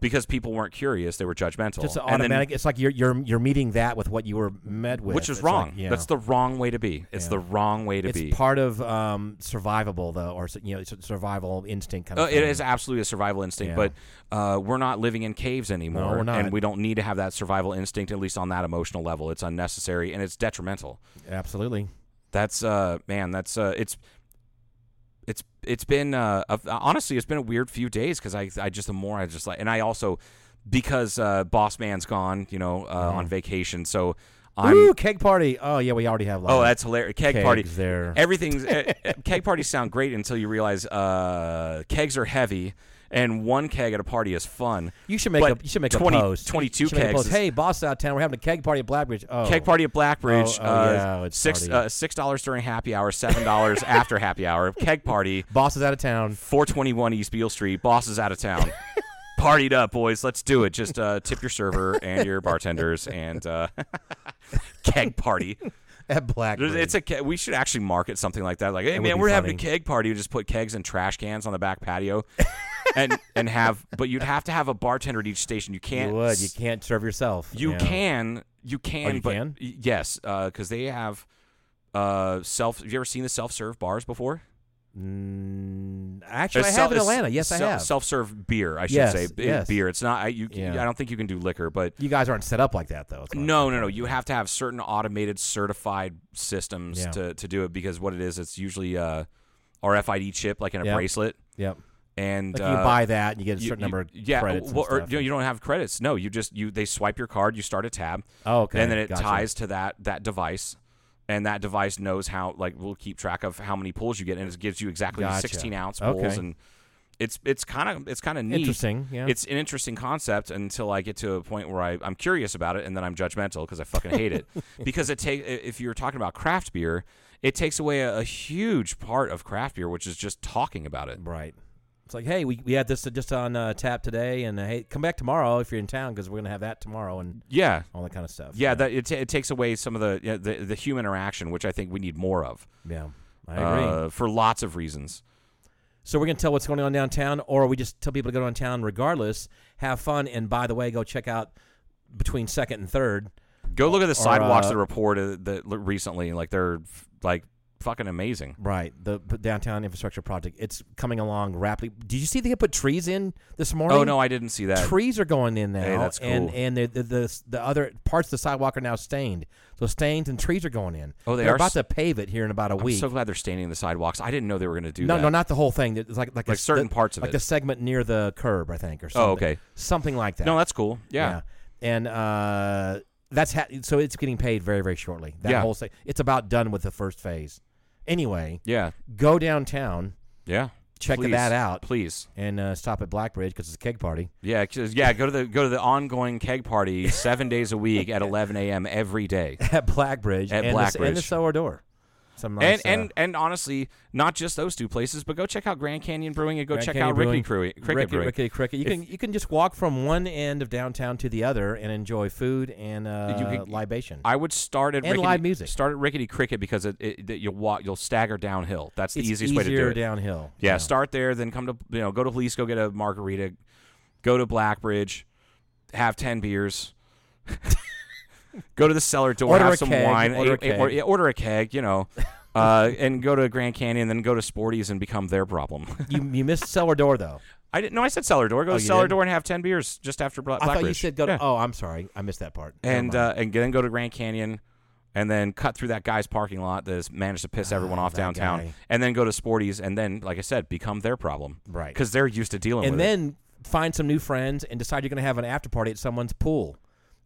S5: Because people weren't curious, they were judgmental.
S4: Just an
S5: And then-
S4: automatic. it's like you're you're you're meeting that with what you were met with,
S5: which is
S4: It's
S5: wrong.
S4: like, yeah.
S5: That's the wrong way to be. It's the wrong way to
S4: it's
S5: be.
S4: part of um, survivable though, or you know, it's a survival instinct kind of.
S5: Uh,
S4: thing.
S5: it is absolutely a survival instinct,
S4: Yeah.
S5: but uh, we're not living in caves anymore,
S4: we're not.
S5: and we don't need to have that survival instinct at least on that emotional level. It's unnecessary and it's detrimental.
S4: absolutely.
S5: That's uh, man, that's uh, it's it's it's been uh, a, honestly, it's been a weird few days because I I just the more I just like, and I also because uh, Boss Man's gone, you know, uh,
S4: Mm-hmm.
S5: on vacation, so I'm
S4: Ooh, keg party. Oh yeah, we already have. Live.
S5: Oh, that's hilarious! Keg
S4: Kegs
S5: party.
S4: there.
S5: Everything's eh, eh, keg parties sound great until you realize uh, kegs are heavy, and one keg at a party is fun.
S4: you should make
S5: But
S4: a you should make
S5: 20
S4: a post.
S5: Twenty-two
S4: You should make a
S5: kegs.
S4: post.
S5: is-
S4: Hey, boss out of town. We're having a keg party at Blackbridge. Oh,
S5: Keg party at Blackbridge.
S4: Oh, oh,
S5: uh,
S4: yeah, it's
S5: six
S4: party.
S5: uh, six dollars during happy hour, seven dollars after happy hour. Keg party,
S4: Boss is out of town.
S5: four twenty-one East Beale Street. Boss is out of town. Partied up, boys. Let's do it. Just uh, tip your server and your bartenders and uh, keg party.
S4: At
S5: There's-
S4: Blackbridge.
S5: It's a ke- we should actually market something like that. Like, hey
S4: would
S5: man,
S4: be
S5: we're having a
S4: funny.
S5: keg party. We just put kegs and trash cans on the back patio, and and have. But you'd have to have a bartender at each station. You can't.
S4: you would.
S5: s-
S4: You can't serve yourself.
S5: You
S4: Yeah. Oh,
S5: can. You can.
S4: you
S5: but
S4: can?
S5: y- yes, because they have uh self. Have you ever seen the self serve bars before?
S4: Mm, actually, I
S5: It's
S4: have in
S5: it's
S4: Atlanta. Yes, I
S5: self-
S4: have.
S5: Self-serve beer, I should
S4: Yes,
S5: say. B-
S4: yes.
S5: Beer. It's not. I, you,
S4: Yeah.
S5: I don't think you can do liquor, but
S4: you guys aren't set up like that though. It's like-
S5: No, no, no. You have to have certain automated certified systems
S4: Yeah.
S5: to, to do it because what it is, it's usually a RFID chip, like in a
S4: Yep.
S5: bracelet.
S4: Yep.
S5: And
S4: Like
S5: uh,
S4: you buy that and you get a
S5: you-
S4: certain
S5: you-
S4: number of
S5: yeah,
S4: credits. and
S5: well, or
S4: stuff.
S5: you, you don't have credits. No, you just you they swipe your card, you start a tab.
S4: Oh, okay.
S5: And then it
S4: Gotcha.
S5: ties to that that device, and that device knows how like will keep track of how many pulls you get, and it gives you exactly
S4: Gotcha.
S5: sixteen ounce
S4: Okay.
S5: pulls and. It's it's kind of it's kind of neat.
S4: Interesting, yeah.
S5: It's an interesting concept until I get to a point where I, I'm curious about it and then I'm judgmental because I fucking hate it. because it take if you're talking about craft beer, it takes away a, a huge part of craft beer, which is just talking about it.
S4: Right. It's like, hey, we, we had this just on uh, tap today, and uh, hey, come back tomorrow if you're in town because we're gonna have that tomorrow and
S5: Yeah,
S4: all that kind of stuff.
S5: Yeah, that it, ta it takes away some of the, yeah, the the human interaction, which I think we need more of
S4: yeah, I agree.
S5: uh, for lots of reasons.
S4: so we're gonna tell what's going on downtown, or we just tell people to go downtown regardless, have fun, and by the way, go check out between second and third.
S5: Go look at the sidewalks
S4: uh,
S5: that reported that l- recently, like they're f- like fucking amazing.
S4: Right, the p- downtown infrastructure project. It's coming along rapidly. Did you see they put trees in this morning?
S5: Oh no, I didn't see that.
S4: trees are going in now.
S5: Hey, that's
S4: And
S5: cool.
S4: and the, the the the other parts of the sidewalk are now stained. So stains and trees are going in.
S5: Oh, they
S4: They're
S5: are
S4: about
S5: s-
S4: to pave it here in about a
S5: I'm
S4: week.
S5: so glad they're staining the sidewalks. I didn't know they were going to do
S4: no,
S5: that.
S4: no, not the whole thing. It's like like, a
S5: Like
S4: s-
S5: certain
S4: the-
S5: parts of
S4: like
S5: it. Oh,
S4: the segment near the curb, I think, or something.
S5: okay.
S4: something like that.
S5: No, that's cool. Yeah.
S4: And uh, that's ha- so it's getting paid very very shortly. That
S5: Yeah.
S4: whole se- it's about done with the first phase. Anyway,
S5: yeah,
S4: go downtown
S5: yeah,
S4: Check
S5: Please.
S4: that out.
S5: please.
S4: and uh, stop at Blackbridge because it's a keg party.
S5: Yeah, 'cause- yeah. Go to the go to the ongoing keg party seven days a week at 11 a.m. every day.
S4: At Blackbridge
S5: At
S4: and the, s- and the
S5: Blackbridge.
S4: Sour Door. Some nice,
S5: and
S4: uh,
S5: and and honestly, not just those two places, but go check out Grand Canyon Brewing and go
S4: Grand
S5: check
S4: Canyon
S5: out Rickety
S4: Brewing,
S5: Crew- Cricket
S4: Rickety-
S5: Brewing.
S4: Rickety Cricket. You
S5: If-
S4: can you can just walk from one end of downtown to the other and enjoy food and uh,
S5: could-
S4: libation.
S5: I would start at
S4: And
S5: Rickety,
S4: live music.
S5: Start at Rickety Cricket because it, it, that you'll walk, you'll stagger downhill. That's the
S4: it's
S5: easiest way
S4: easier
S5: to do it.
S4: downhill.
S5: yeah, start there, then come to you know go to Police, go get a margarita, go to Blackbridge, have ten beers. go to the cellar door,
S4: Order
S5: have
S4: a
S5: some
S4: keg,
S5: wine,
S4: order a
S5: eh, eh, or-
S4: keg.
S5: yeah, order a keg, you know, uh, and go to Grand Canyon, then go to Sporty's and become their problem.
S4: you you missed cellar door though.
S5: I didn't. No, I said cellar door. Go
S4: Oh,
S5: to
S4: you
S5: cellar
S4: didn't?
S5: door and have ten beers just after Bla-
S4: I
S5: Black
S4: thought you
S5: Ridge.
S4: said go to.
S5: Yeah.
S4: Oh, I'm sorry, I missed that part. Never
S5: and
S4: mind.
S5: uh, and then go to Grand Canyon, and then cut through that guy's parking lot that has managed to piss everyone off
S4: Ah, that
S5: downtown,
S4: guy.
S5: and then go to Sporty's, and then, like I said, become their problem,
S4: Right.
S5: Because they're used to dealing
S4: and
S5: with it.
S4: then find some new friends and decide you're going to have an after party at someone's pool,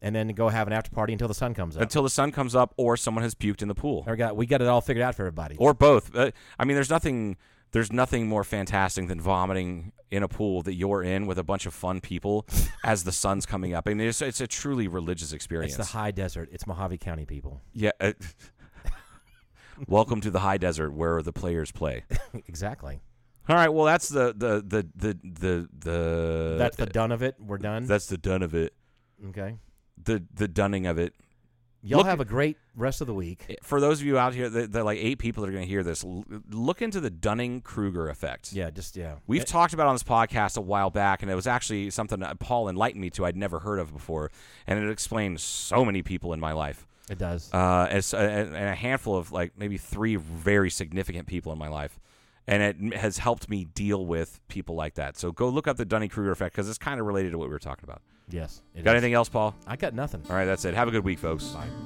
S4: and then go have an after party until the sun comes up.
S5: until the sun comes up or someone has puked in the pool
S4: Or got we got it all figured out for everybody.
S5: or both. Uh, I mean, there's nothing there's nothing more fantastic than vomiting in a pool that you're in with a bunch of fun people as the sun's coming up. I mean, it's, it's a truly religious experience.
S4: it's the high desert. It's Mojave County people.
S5: yeah. uh, welcome to the high desert where the players play.
S4: exactly.
S5: All right. Well, that's the the the the the, the
S4: That's the done of it. We're done.
S5: that's the done of it.
S4: okay.
S5: The the dunning of it.
S4: Y'all
S5: look-
S4: have a great rest of the week.
S5: For those of you out here, the, the like eight people that are going to hear this, l- look into the Dunning Kruger effect.
S4: Yeah. Just yeah.
S5: We've talked about it on this podcast a while back, and it was actually something that Paul enlightened me to. I'd never heard of before, and it explained so many people in my life,
S4: it does.
S5: uh, and, so- and and a handful of like maybe three very significant people in my life, and it m- has helped me deal with people like that. So go look up the Dunning Kruger effect because it's kind of related to what we were talking about.
S4: yes. it
S5: Got
S4: is.
S5: anything else, Paul?
S4: I got nothing.
S5: All right, that's it. Have a good week, folks.
S4: Bye.